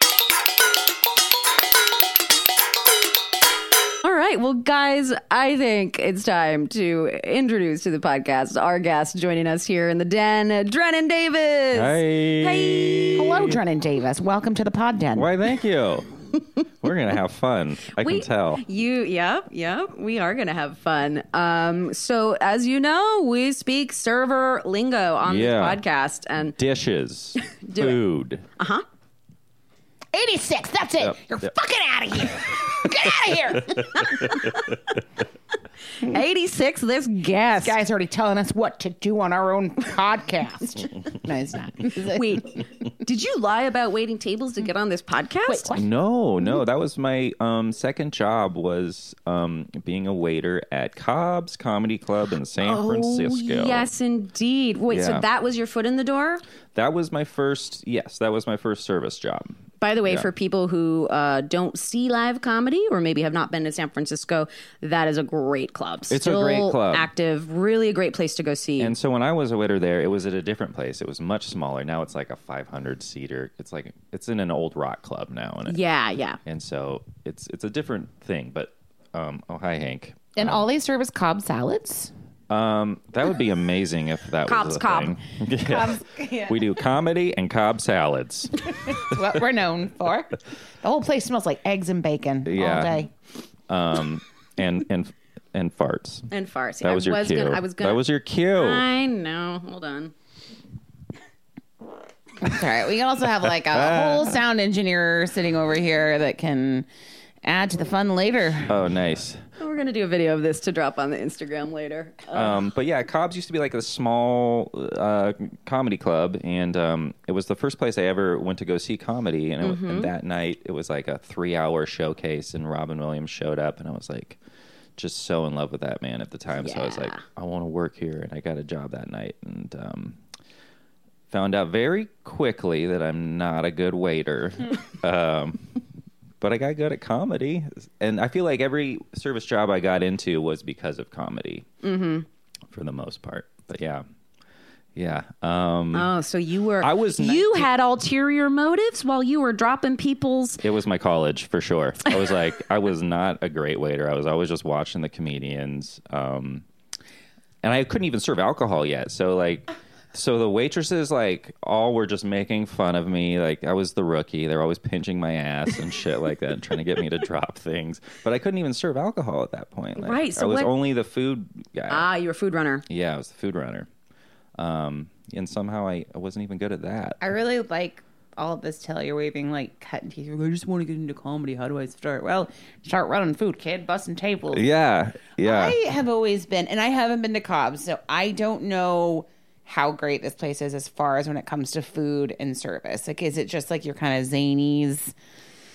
F: All right. Well, guys, I think it's time to introduce to the podcast our guest joining us here in the den, Drennan Davis.
H: Hey.
D: Hello, Drennan Davis. Welcome to the pod den.
H: Why, thank you. We're going to have fun. I
F: We-
H: can tell.
F: You, yep, yep. We are going to have fun. Um, so, as you know, we speak server lingo on
H: Yeah.
F: this podcast, and
H: Dishes, food.
F: Uh,
D: Eighty six. That's it.
H: Yep,
D: You're
H: yep.
D: fucking out of here. Get out of here. This
F: 86, this guest.
D: guy's already telling us what to do on our own podcast. no, it's not.
F: Wait, did you lie about waiting tables to get on this podcast?
D: Wait, what?
H: No,
F: Mm-hmm.
H: no, that was my um, second job was um, being a waiter at Cobb's Comedy Club in San Francisco.
F: Oh, Yes, indeed. Wait, so
H: Yeah.
F: that was your foot in the door?
H: That was my first, yes, that was my first service job.
F: By the way,
H: Yeah.
F: for people who uh, don't see live comedy or maybe have not been to San Francisco, that is a great club. It's
H: a great club.
F: Active, really a great place to go see.
H: And so when I was a waiter there, it was at a different place. It was much smaller. Now it's like a 500 seater. It's like, it's in an old rock club now. And, it,
F: yeah, yeah.
H: and so it's, it's a different thing, but, um, oh, hi, Hank.
D: And all they serve is Cobb salads.
H: Um, that would be amazing if that
F: Cobb's
H: was a
F: Cobb.
H: thing. Yeah. We do comedy and Cobb salads.
D: It's what we're known for. The whole place smells like eggs and bacon all
H: Yeah.
D: day.
H: Um, and and and farts.
F: And farts.
H: That was
F: I
H: your
F: was
H: cue.
F: Gonna, I was gonna.
H: That was your cue.
F: I know. Hold on.
D: It's all right. We can also have like a whole sound engineer sitting over here that can add to the fun later.
H: Oh, nice.
F: We're gonna do a video of this to drop on the Instagram later. Uh,
H: Um, but yeah, Cobb's used to be like a small uh, comedy club, and um, it was the first place I ever went to go see comedy. And, it, was- and that night, it was like a three-hour showcase, and Robin Williams showed up, and I was like, just so in love with that man at the time. So I was like, I want to work here, and I got a job that night, and um, found out very quickly that I'm not a good waiter. um, but I got good at comedy, and I feel like every service job I got into was because of comedy for the most part. But yeah, yeah. Um,
F: oh, so you were.
H: I was
F: You had ulterior motives while you were dropping people's.
H: it was my college for sure. I was like, I was not a great waiter. I was always just watching the comedians, um, and I couldn't even serve alcohol yet. So like. So the waitresses like all were just making fun of me. Like I was the rookie. They're always pinching my ass and shit like that, trying to get me to drop things. But I couldn't even serve alcohol at that point. Like,
F: Right, so
H: I was
F: what-
H: only the food guy.
F: Ah, you were a food runner.
H: Yeah, I was the food runner. Um, and somehow I, I wasn't even good at that.
D: I really like all of this waving, like cutting teeth. I just want to get into comedy. How do I start? Well, start running food, kid, busting tables.
H: Yeah, yeah.
D: I have always been, and I haven't been to Cobb's, so I don't know how great this place is as far as when it comes to food and service. Like, is it just like your kind of zanies,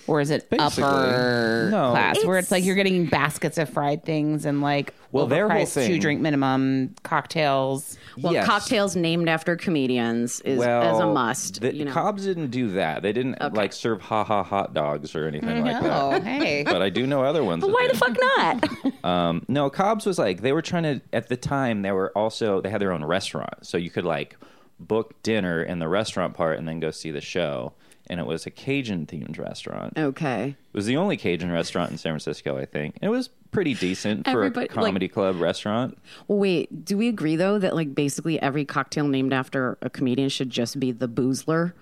D: or is it
H: Basically.
D: upper
H: No.
D: class where it's like you're getting baskets of fried things and like
H: Well, their whole
D: overpriced two
H: thing-
D: drink minimum cocktails?
B: Well,
H: Yes.
B: cocktails named after comedians is as a must.
H: The,
B: you know,
H: Cobb's didn't do that. They didn't like serve ha ha hot dogs or anything like
D: Oh,
H: that.
D: hey.
H: But I do know other ones. that
B: why the
H: did.
B: fuck not?
H: Um, no, Cobb's was like they were trying to at the time they were also they had their own restaurant, so you could like book dinner in the restaurant part and then go see the show. And it was a Cajun themed
B: Oh.
H: restaurant.
B: okay.
H: It was the only Cajun restaurant in San Francisco, I think. And it was pretty decent for
B: Everybody-
H: a
B: like-
H: comedy club restaurant.
B: Well, wait. Do we agree though that like basically every cocktail named after a comedian should just be the boozler?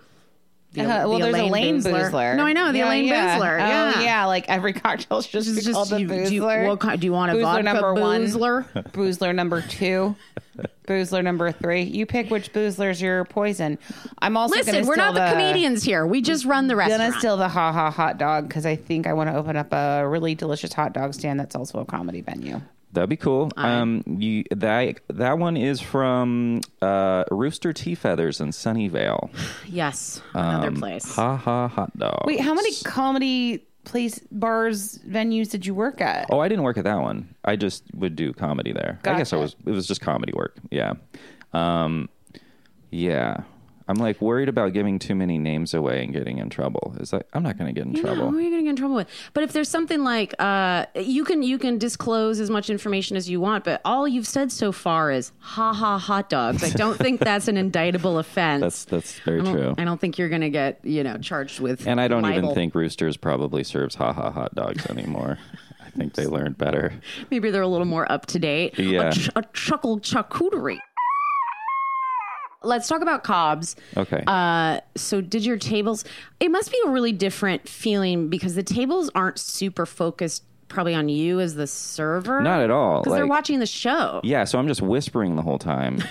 B: The,
D: Uh, well,
B: the
D: there's Elaine Boozler.
B: No, I know the Elaine Boozler. Yeah,
D: Oh, yeah. Like every cocktail should just be
B: It's just,
D: called the
B: you-
D: Boozler.
B: do you- what kind- do you want a
D: Boozler
B: vodka
D: number one,
B: Boozler?
D: Boozler number two, Boozler number three. You pick which Boozler's your poison. I'm also
B: Listen,
D: gonna
B: we're
D: steal
B: not the, comedians here. We just run the
D: Gonna
B: restaurant.
D: steal the ha ha hot dog because I think I want to open up a really delicious hot dog stand that's also a comedy venue.
H: That'd be cool. Um, you, that that one is from uh, Rooster Tea Feathers in Sunnyvale.
B: yes,
H: Um,
B: another place.
H: Ha ha hot dog.
D: Wait, how many comedy place bars venues did you work at?
H: Oh, I didn't work at that one. I just would do comedy there. I guess
D: Gotcha.
H: I was. It was just comedy work. Yeah, um, yeah. I'm like worried about giving too many names away and getting in trouble. It's like I'm not going to get in
B: Yeah,
H: trouble.
B: who are you going to get in trouble with? But if there's something like uh, you can you can disclose as much information as you want, but all you've said so far is ha ha hot dogs. I don't think that's an indictable offense.
H: That's that's very
B: I don't,
H: true.
B: I don't think you're going to get you know charged with.
H: and I don't even
B: libel.
H: think Roosters probably serves ha ha hot dogs anymore. I think they learned better.
B: maybe they're a little more up to date.
H: Yeah.
B: a, ch- a chuckle charcuterie. Let's talk about Cobb's.
H: Okay.
B: Uh, so did your tables it must be a really different feeling because the tables aren't super focused probably on you as the server
H: Not at all,
B: because they're
H: like-
B: watching the show
H: yeah, so I'm just whispering the whole time.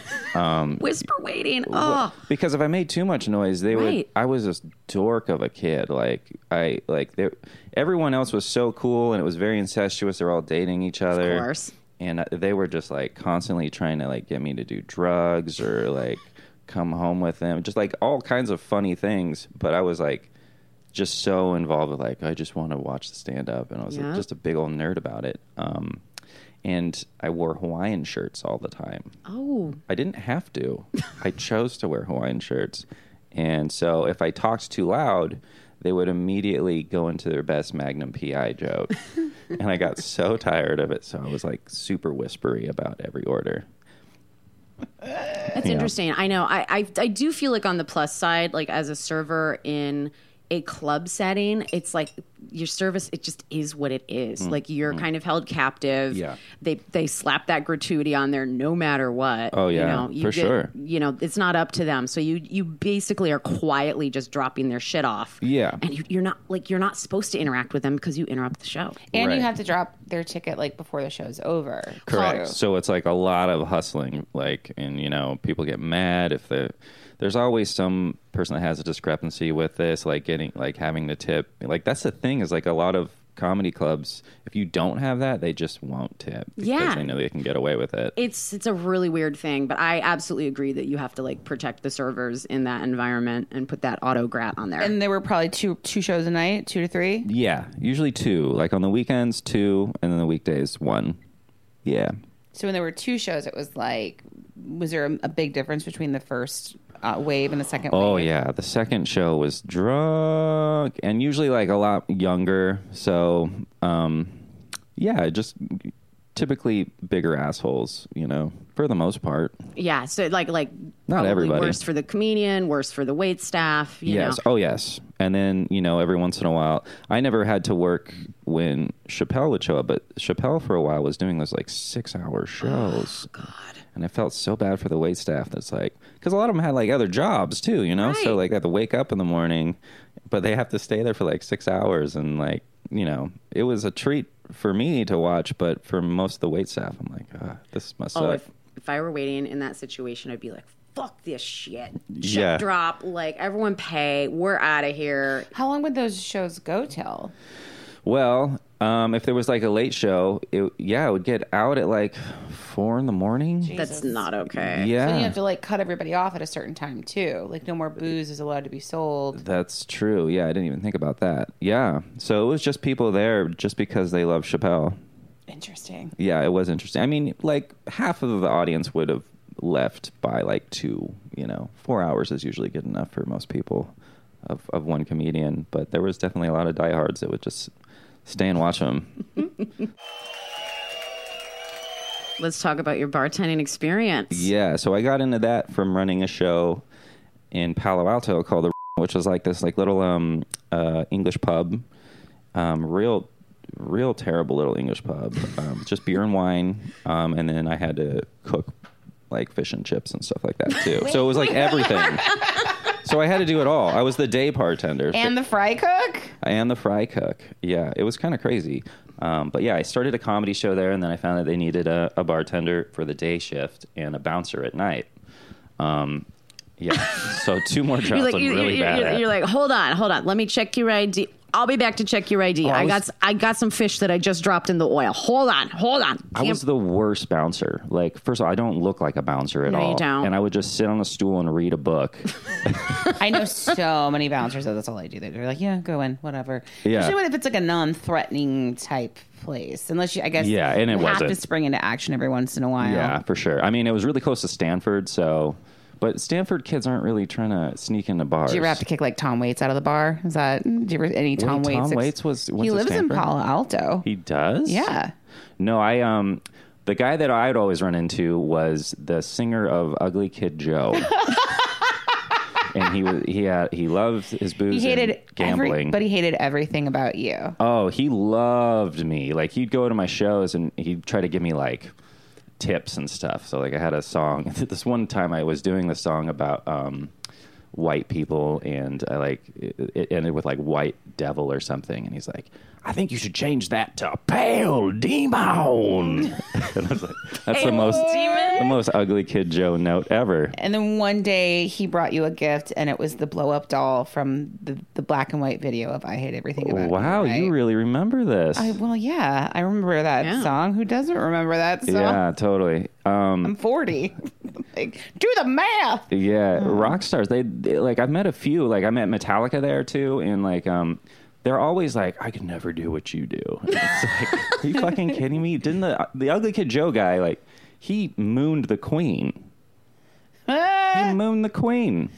B: whisper waiting oh
H: because if I made too much noise, they would.
B: Right.
H: I was this dork of a kid. Like I like they, everyone else was so cool, and it was very incestuous. They're all dating each other,
B: course.
H: and uh, they were just like constantly trying to like get me to do drugs or like come home with them, just like all kinds of funny things. But I was like just so involved with like I just want to watch the stand up, and I was like,
B: Yeah.
H: just a big old nerd about it. Um, and I wore Hawaiian shirts all the time.
B: oh
H: I didn't have to. I chose to wear Hawaiian shirts. And so if I talked too loud, they would immediately go into their best Magnum PI joke. and I got so tired of it. So I was like super whispery about every order.
B: That's interesting. I know. I, I I do feel like on the plus side, like as a server in a club setting, it's like your service. It just is what it is. Like you're kind of held captive.
H: Mm. Yeah.
B: They they slap that gratuity on there no matter what.
H: Oh, yeah,
B: You know, you
H: for sure.
B: You know, it's not up to them. So you you basically are quietly just dropping their shit off.
H: Yeah.
B: And you, you're not like you're not supposed to interact with them because you interrupt the show.
D: And
H: Right.
D: you have to drop their ticket like before the show's over.
H: Correct. So it's like a lot of hustling, like, and you know, people get mad if the there's always some person that has a discrepancy with this, like getting like having the tip. Like that's the thing is like a lot of comedy clubs, if you don't have that, they just won't tip because
B: Yeah.
H: they know they can get away with it.
B: It's it's a really weird thing, but I absolutely agree that you have to like protect the servers in that environment and put that autograt on there.
D: And there were probably two two shows a night, two to three.
H: yeah, usually two, like on the weekends two, and then the weekdays one. Yeah.
D: So when there were two shows, it was like, was there a, a big difference between the first uh, wave and the second?
H: Oh
D: wave?
H: yeah, the second show was drunk and usually like a lot younger. So, um yeah, just typically bigger assholes, you know, for the most part.
B: yeah, so like like
H: Not
B: probably
H: everybody.
B: Worse for the comedian, worse for the wait staff. You
H: yes.
B: know.
H: Oh yes. And then, you know, every once in a while, I never had to work when Chappelle would show up, but Chappelle for a while was doing those like
B: Oh,
H: 6-hour shows. god. And I felt so bad for the wait staff that's like cuz a lot of them had like other jobs too, you know? So
B: Right.
H: like they have to wake up in the morning, but they have to stay there for like 6 hours and like, you know, it was a treat for me to watch, but for most of the wait staff, I'm like, ah, this must
B: Oh,
H: suck.
B: if, if I were waiting in that situation, I'd be like, fuck this shit. Shit
H: Yeah.
B: drop. Like everyone pay. We're out of here.
D: How long would those shows go till?
H: Well, um, if there was like a late show, it, yeah, it would get out at like four in the morning.
B: That's not okay.
D: Then you
H: Yeah,
D: have to like cut everybody off at a certain time too. Like no more booze is allowed to be sold.
H: that's true. Yeah, I didn't even think about that. Yeah, so it was just people there just because they love Chappelle.
D: Interesting.
H: Yeah, it was interesting. I mean, like half of the audience would have left by like two. You know, four hours is usually good enough for most people of of one comedian. But there was definitely a lot of diehards that would just stay and watch him.
B: Let's talk about your bartending experience.
H: Yeah, so I got into that from running a show in Palo Alto called the, which was like this like little um uh English pub, um real real terrible little English pub, um, just beer and wine, um and then I had to cook like fish and chips and stuff like that too. so it was like everything. So I had to do it all. I was the day bartender
D: And the fry cook?
H: and the fry cook. Yeah, it was kind of crazy. Um, but yeah, I started a comedy show there, and then I found that they needed a, a bartender for the day shift and a bouncer at night. Um, yeah, so two more jobs
B: You're like,
H: I'm
B: you
H: really
B: you're,
H: bad
B: you're-
H: at.
B: you're like, hold on, hold on. Let me check your ID. I'll be back to check your ID. I,
H: Oh, I was-
B: got s- I got some fish that I just dropped in the oil. Hold on, hold on.
H: I was the worst bouncer. Like, first of all, I don't look like a bouncer at
B: No, you
H: all,
B: don't.
H: and I would just sit on a stool and read a book.
D: I know so many bouncers that that's all they do. They're like, yeah, go in, whatever.
H: Yeah.
D: Especially when if it's like a non-threatening type place, unless you, I guess,
H: Yeah, and it
D: you have
H: wasn't.
D: to spring into action every once in a while.
H: Yeah, for sure. I mean, it was really close to Stanford, so. But Stanford kids aren't really trying to sneak into bars.
D: Did you ever have to kick like Tom Waits out of the bar? Is that did you ever any Tom
H: Tom
D: Waits? ex-
H: Waits was- went
D: he
H: to
D: lives
H: Stanford?
D: in Palo Alto.
H: He does?
D: yeah,
H: No, I um the guy that I'd always run into was the singer of Ugly Kid Joe. and he was he had he loved his booze
D: he hated
H: and gambling.
D: every, but he hated everything about you.
H: oh, he loved me. Like he'd go to my shows and he'd try to give me like tips and stuff. So like I had a song. This one time I was doing this song about um white people and I like it, it ended with like white devil or something and he's like I think you should change that to pale demon. and I was like that's the most the most ugly kid Joe note ever.
D: And then one day he brought you a gift, and it was the blow up doll from the, the black and white video of "I Hate Everything About
H: Wow,
D: You."
H: you
D: right?
H: really remember this.
D: I- well, yeah, I remember that song. Who doesn't remember that song?
H: yeah, totally. Um
D: I'm 40. like, do the math.
H: Yeah, rock stars. They, they- like I've met a few. Like I met Metallica there too, and like um, they're always like, I could never do what you do. And It's like, are you fucking kidding me? Didn't the uh, the Ugly Kid Joe guy like he mooned the Queen? He mooned the Queen.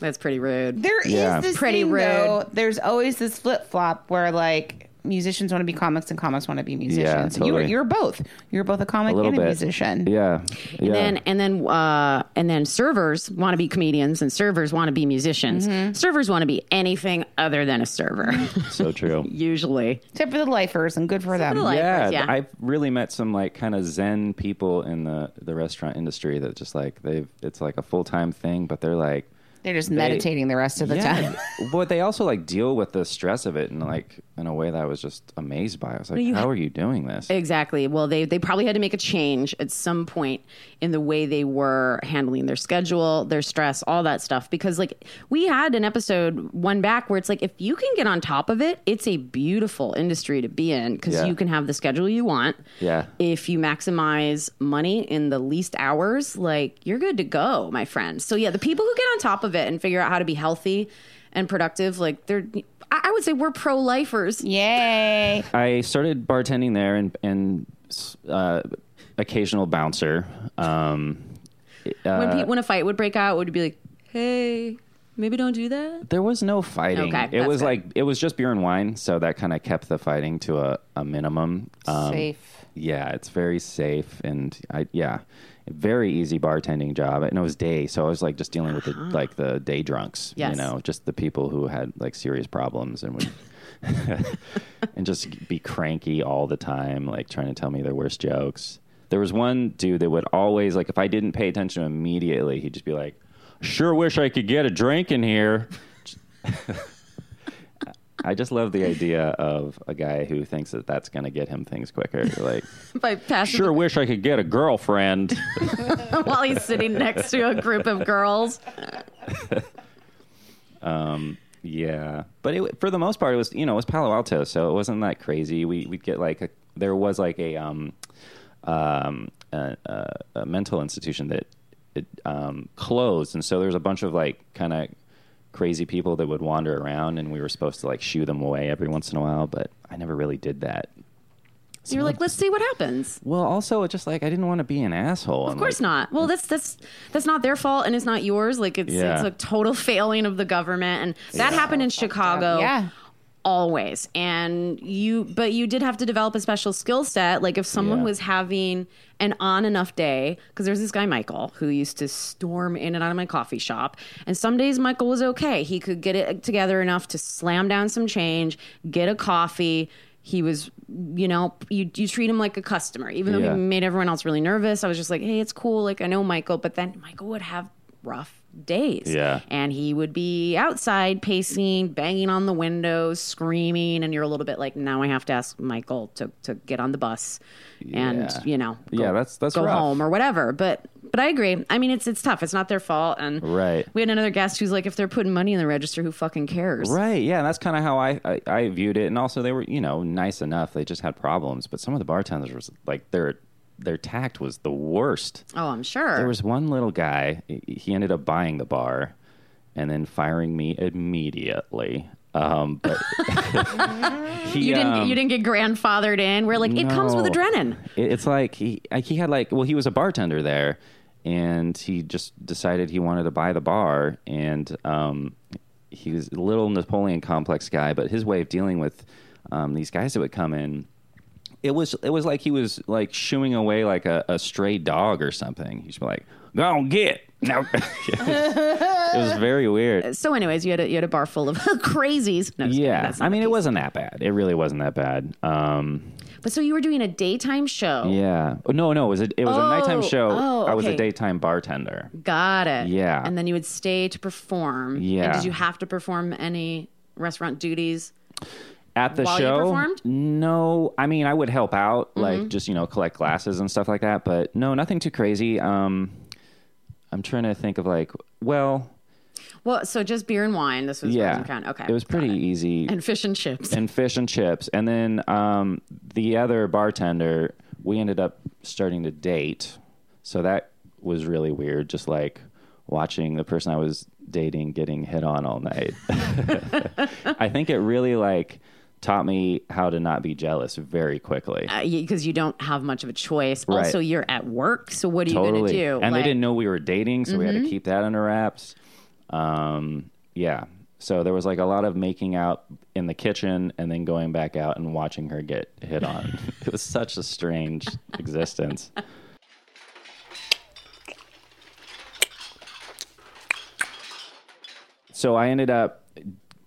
B: That's pretty rude.
D: There is
H: Yeah.
D: this
B: Pretty
D: thing,
B: rude.
D: though, There's always this flip flop where like musicians want to be comics and comics want to be musicians. So you were,
H: totally.
D: you were both. You were both a comic
H: A little
D: and a
H: bit.
D: musician.
H: Yeah, yeah.
B: And then and then uh, and then servers want to be comedians and servers want to be musicians.
H: Mm-hmm.
B: Servers want to be anything other than a server.
H: so true.
B: Usually,
D: Except for the lifers, and good for them.
B: the lifers,
H: yeah,
B: yeah.
H: I've really met some like kind of zen people in the the restaurant industry that just like they've it's like a full time thing, but they're like
D: They're just meditating the rest of the time.
H: but they also like deal with the stress of it in like in a way that I was just amazed by. I was like, how are you doing this?
B: exactly. Well, they they probably had to make a change at some point in the way they were handling their schedule, their stress, all that stuff. Because like we had an episode one back where it's like if you can get on top of it, it's a beautiful industry to be in because
H: Yeah.
B: you can have the schedule you want.
H: Yeah.
B: if you maximize money in the least hours, like you're good to go, my friend. So yeah, the people who get on top of it and figure out how to be healthy and productive, like they're I I would say we're pro lifers.
D: Yay.
H: I started bartending there and and uh, occasional bouncer. Um,
B: when
H: Uh,
B: pe- when a fight would break out, would be like, hey, maybe don't do that.
H: there was no fighting.
B: Okay,
H: it
B: that's
H: was
B: good.
H: like it was just beer and wine, so that kind of kept the fighting to a, a minimum. Um,
D: Safe.
H: Yeah, it's very safe and I yeah, very easy bartending job. And it was day, so I was like just dealing with the, like the day drunks,
B: Yes.
H: you know, just the people who had like serious problems and would and just be cranky all the time, like trying to tell me their worst jokes. There was one dude that would always like if I didn't pay attention immediately, he'd just be like, "Sure wish I could get a drink in here." I just love the idea of a guy who thinks that that's going to get him things quicker. Like,
B: by passing
H: sure wish I could get a girlfriend.
B: while he's sitting next to a group of girls.
H: Yeah, but it, for the most part, it was you know it was Palo Alto, so it wasn't that crazy. We we'd get like a, there was like a um um a, a, a mental institution that it, um closed, and so there was a bunch of like kind of crazy people that would wander around, and we were supposed to like shoo them away every once in a while, but I never really did that.
B: You were like, let's see what happens.
H: Well, also it's just like I didn't want to be an asshole.
B: Of course not. Well, that's that's that's not their fault and it's not yours. Like it's
H: Yeah.
B: it's a total failing of the government and that happened in Chicago.
D: Yeah.
B: Always. And you but you did have to develop a special skill set. Like if someone
H: Yeah.
B: was having an on and off day, because there's this guy Michael who used to storm in and out of my coffee shop. And some days Michael was okay. He could get it together enough to slam down some change, get a coffee. He was, you know, you you treat him like a customer, even though
H: Yeah.
B: he made everyone else really nervous. I was just like, hey, it's cool. Like I know Michael, but then Michael would have rough days.
H: Yeah.
B: And he would be outside pacing, banging on the windows, screaming, and you're a little bit like, now I have to ask Michael to to get on the bus and,
H: Yeah.
B: you know,
H: Yeah, that's- that's
B: go
H: rough.
B: home or whatever. But but I agree. I mean it's it's tough. It's not their fault. And
H: Right.
B: we had another guest who's like, if they're putting money in the register, who fucking cares?
H: Right. Yeah. That's kind of how I, I I viewed it. And also, they were you know nice enough. They just had problems. But some of the bartenders was like their their tact was the worst.
B: Oh, I'm sure.
H: There was one little guy. he- He ended up buying the bar, and then firing me immediately. Um, but he,
B: you didn't
H: um,
B: you didn't get grandfathered in. We're like, it comes with
H: no.
B: adrenaline.
H: It- It's like he like he had like well he was a bartender there, and he just decided he wanted to buy the bar, and um, he was a little Napoleon complex guy, but his way of dealing with um, these guys that would come in. It was it was like he was like shooing away like a, a stray dog or something. He's like, "Go on, get no." it was very weird.
B: So, anyways, you had a you had a bar full of crazies. No, just kidding.
H: yeah,
B: That's not
H: I mean,
B: the
H: it
B: case.
H: wasn't that bad. It really wasn't that bad. Um,
B: But so you were doing a daytime show.
H: Yeah. Oh, No, no, it was a, it was a nighttime
B: Oh,
H: show.
B: oh,
H: I was a
B: okay.
H: daytime bartender.
B: Got it.
H: Yeah.
B: And then you would stay to perform.
H: Yeah.
B: And did you have to perform any restaurant duties?
H: At the
B: While you
H: show?
B: performed? Mm-hmm.
H: No, I mean I would help out like just, you know, collect glasses and stuff like that, but no, nothing too crazy. Um I'm trying to think of like well,
B: Well, so just beer and wine. This was
H: yeah.
B: Rosen County. Okay.
H: It was pretty easy.
B: And fish and chips.
H: and fish and chips. And then um, the other bartender, we ended up starting to date. So that was really weird, just like watching the person I was dating getting hit on all night. I think it really like taught me how to not be jealous very quickly.
B: Because Uh, you don't have much of a choice.
H: Right.
B: Also, you're at work. So what are you going
H: totally.
B: to do?
H: And
B: Like- Mm-hmm.
H: they didn't know we were dating, so we had to keep that under wraps. Um, yeah. So there was like a lot of making out in the kitchen and then going back out and watching her get hit on. it was such a strange existence. So I ended up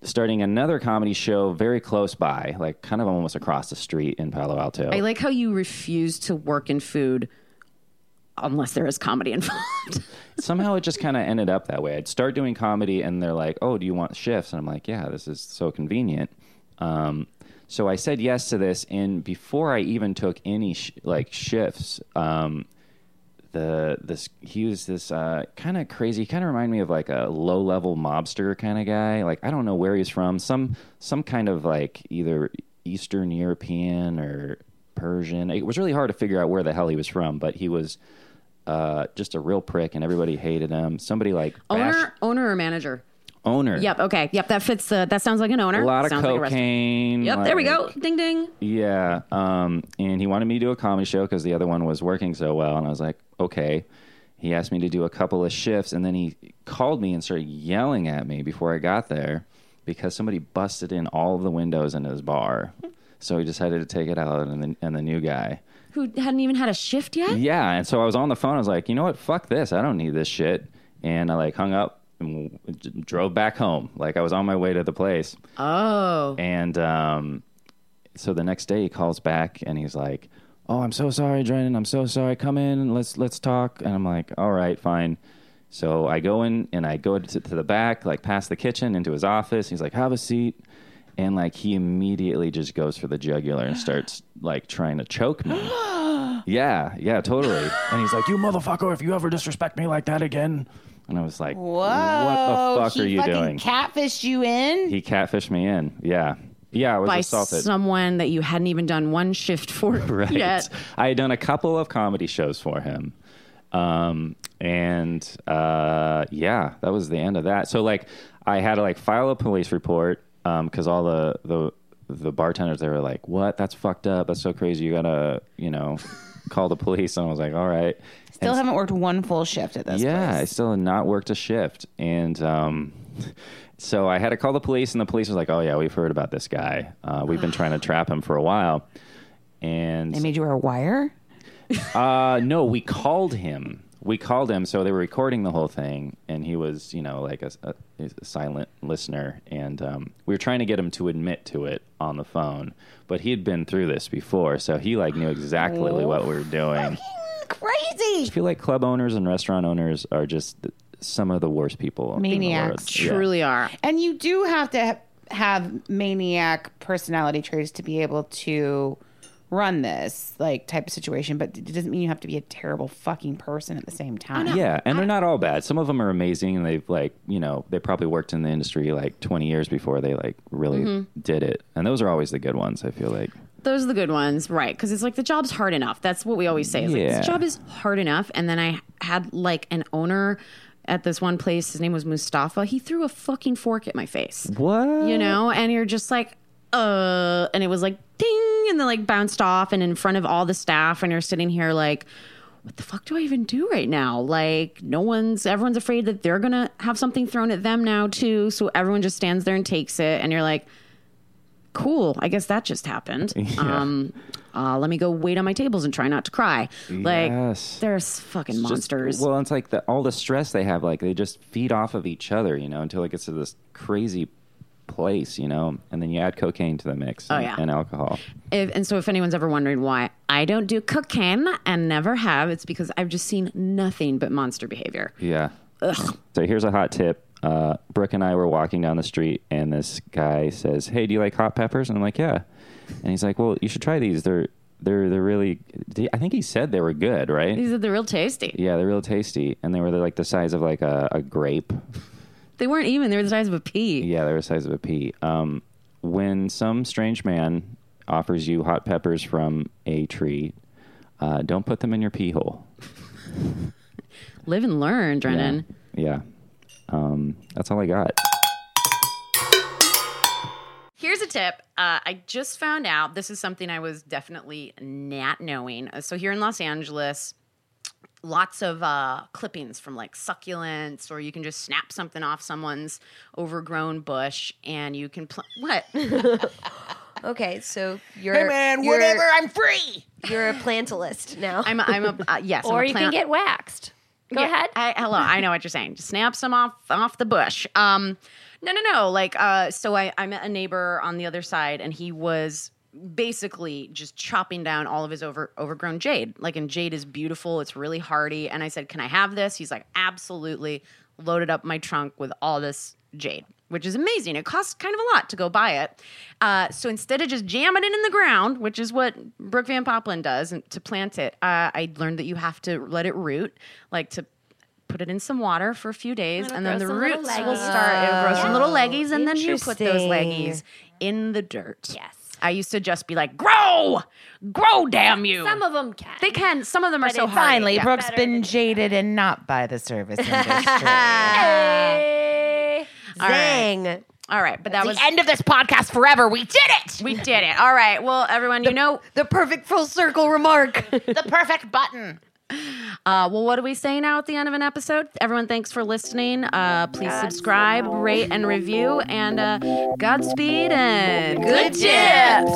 H: starting another comedy show very close by, like kind of almost across the street in Palo Alto.
B: I like how you refuse to work in food unless there is comedy involved.
H: somehow it just kind of ended up that way. I'd start doing comedy, and they're like, "Oh, do you want shifts?" And I'm like, "Yeah, this is so convenient." Um, so I said yes to this, and before I even took any sh- like shifts, um, the this he was this uh, kind of crazy. He kind of reminded me of like a low level mobster kind of guy. Like I don't know where he's from. Some some kind of like either Eastern European or Persian. It was really hard to figure out where the hell he was from, but he was uh, just a real prick, and everybody hated him. Somebody like bashed-
B: owner, owner or manager?
H: owner.
B: Yep. Okay. Yep. That fits the, that sounds like an owner.
H: A lot of
B: sounds like a restaurant.
H: cocaine.
B: Yep, there we
H: like-
B: go. Ding ding.
H: Yeah. Um, and he wanted me to do a comedy show because the other one was working so well. And I was like, okay. He asked me to do a couple of shifts. And then he called me and started yelling at me before I got there because somebody busted in all of the windows in his bar. so he decided to take it out and the, and the new guy.
B: Who hadn't even had a shift yet?
H: Yeah. And so I was on the phone. I was like, you know what? Fuck this. I don't need this shit. And I like hung up and w- d- drove back home. Like I was on my way to the place.
B: Oh.
H: And um, so the next day he calls back and he's like, "Oh, I'm so sorry, Drennan. I'm so sorry. Come in. and Let's let's talk." And I'm like, "All right, fine." So I go in and I go to, to the back, like past the kitchen, into his office. He's like, "Have a seat." And like he immediately just goes for the jugular and starts like trying to choke me. yeah, yeah, totally. And he's like, "You motherfucker! If you ever disrespect me like that again." And I was like, "Whoa! What the fuck
D: Oh, he
H: are you
D: fucking
H: doing?"
D: Catfished you in?
H: he catfished me in. Yeah, yeah, I was
B: by
H: assaulted.
B: someone that you hadn't even done one shift for
H: right.
B: yet.
H: I had done a couple of comedy shows for him. Um, and uh, yeah, that was the end of that. So like I had to like file a police report um, 'cause cuz all the the the bartenders they were like, "What? That's fucked up. That's so crazy. You got to, you know, call the police." And I was like, "All right."
D: Still haven't worked one full shift at this
H: yeah,
D: place.
H: I still had not worked a shift. And um, so I had to call the police, and the police was like, oh, yeah, we've heard about this guy. Uh, we've been trying to trap him for a while. And
D: They made you wear a wire?
H: uh, no, we called him. We called him, so they were recording the whole thing, and he was, you know, like a, a- a silent listener. And um, we were trying to get him to admit to it on the phone, but he had been through this before, so he like knew exactly what we were doing. I
D: Crazy.
H: feel like club owners and restaurant owners are just th- some of the worst people.
D: Maniacs.
H: In the world. Yeah.
B: Truly are.
D: And you do have to ha- have maniac personality traits to be able to run this like type of situation, but it doesn't mean you have to be a terrible fucking person at the same time.
H: Yeah, and they're not all bad. Some of them are amazing, and they've like you know they probably worked in the industry like twenty years before they like really did it. And those are always the good ones. I feel like.
B: Those are the good ones, right? Because it's like the job's hard enough. That's what we always say. It's like
H: Yeah.
B: this job is hard enough. And then I had like an owner at this one place. His name was Mustafa. He threw a fucking fork at my face.
H: What?
B: you know and you're just like uh and it was like ding and then like bounced off and in front of all the staff and you're sitting here like what the fuck do i even do right now like no one's everyone's afraid that they're gonna have something thrown at them now too so everyone just stands there and takes it and you're like cool i guess that just happened um uh, let me go wait on my tables and try not to cry like
H: Yes.
B: there's fucking
H: Just-
B: monsters
H: well, it's like the, all the stress they have, like they just feed off of each other, you know, until it gets to this crazy place, you know, and then you add cocaine to the mix and,
B: Oh, yeah.
H: and alcohol.
B: If, and so, if anyone's ever wondering why I don't do cocaine and never have, it's because I've just seen nothing but monster behavior.
H: Yeah. So here's a hot tip. Uh, Brooke and I were walking down the street, and this guy says, "Hey, do you like hot peppers?" And I'm like, "Yeah." And he's like, "Well, you should try these. They're they're they're really. I think he said they were good, right?
B: These are the real tasty.
H: yeah, they're real tasty, and they were like the size of like a, a grape.
B: They weren't even; they were the size of a pea.
H: Yeah, they're the size of a pea. Um, when some strange man offers you hot peppers from a tree, uh, don't put them in your pee hole.
B: Live and learn, Drennan.
H: Yeah. Um, that's all I got.
B: Here's a tip. Uh, I just found out this is something I was definitely not knowing. Uh, So, here in Los Angeles, lots of uh, clippings from like succulents, or you can just snap something off someone's overgrown bush and you can. Pl- what?
C: Okay, so you're
D: Hey man,
C: you're,
D: whatever, I'm free.
C: You're a plantalist now.
B: I'm a, I'm a uh, yes.
E: Or
B: I'm a
E: you
B: plant-
E: can get waxed. Go
B: Yeah,
E: ahead.
B: I, hello, I know what you're saying. Just snap some off off the bush. Um, no, no, no. Like, uh, so I, I met a neighbor on the other side, and he was basically just chopping down all of his over overgrown jade. Like, and jade is beautiful. It's really hardy. And I said, "Can I have this?" He's like, "Absolutely." Loaded up my trunk with all this jade, which is amazing. It costs kind of a lot to go buy it. Uh, so instead of just jamming it in the ground, which is what Brooke Van Poplin does and to plant it, uh, I learned that you have to let it root, like to put it in some water for a few days, and then the
E: grow some little
B: roots will
E: leggies.
B: start. It'll grow some little leggies, and then you put those
C: Interesting.
B: leggies in the dirt.
E: Yes.
B: I used to just be like, grow, grow, damn you.
E: Some of them can.
B: they can. Some of them are so hard.
D: Finally,
B: Yeah.
D: Brooke's been jaded and not by the service industry.
E: Hey.
C: Zang.
B: All right, but that was
D: End of this podcast forever. We did it.
B: we did it. All right. Well, everyone, you know.
C: The perfect full circle remark.
D: The perfect button.
B: Uh, well, what do we say now at the end of an episode? Everyone, thanks for listening. Uh, please subscribe, rate, and review. And uh, Godspeed and good tips.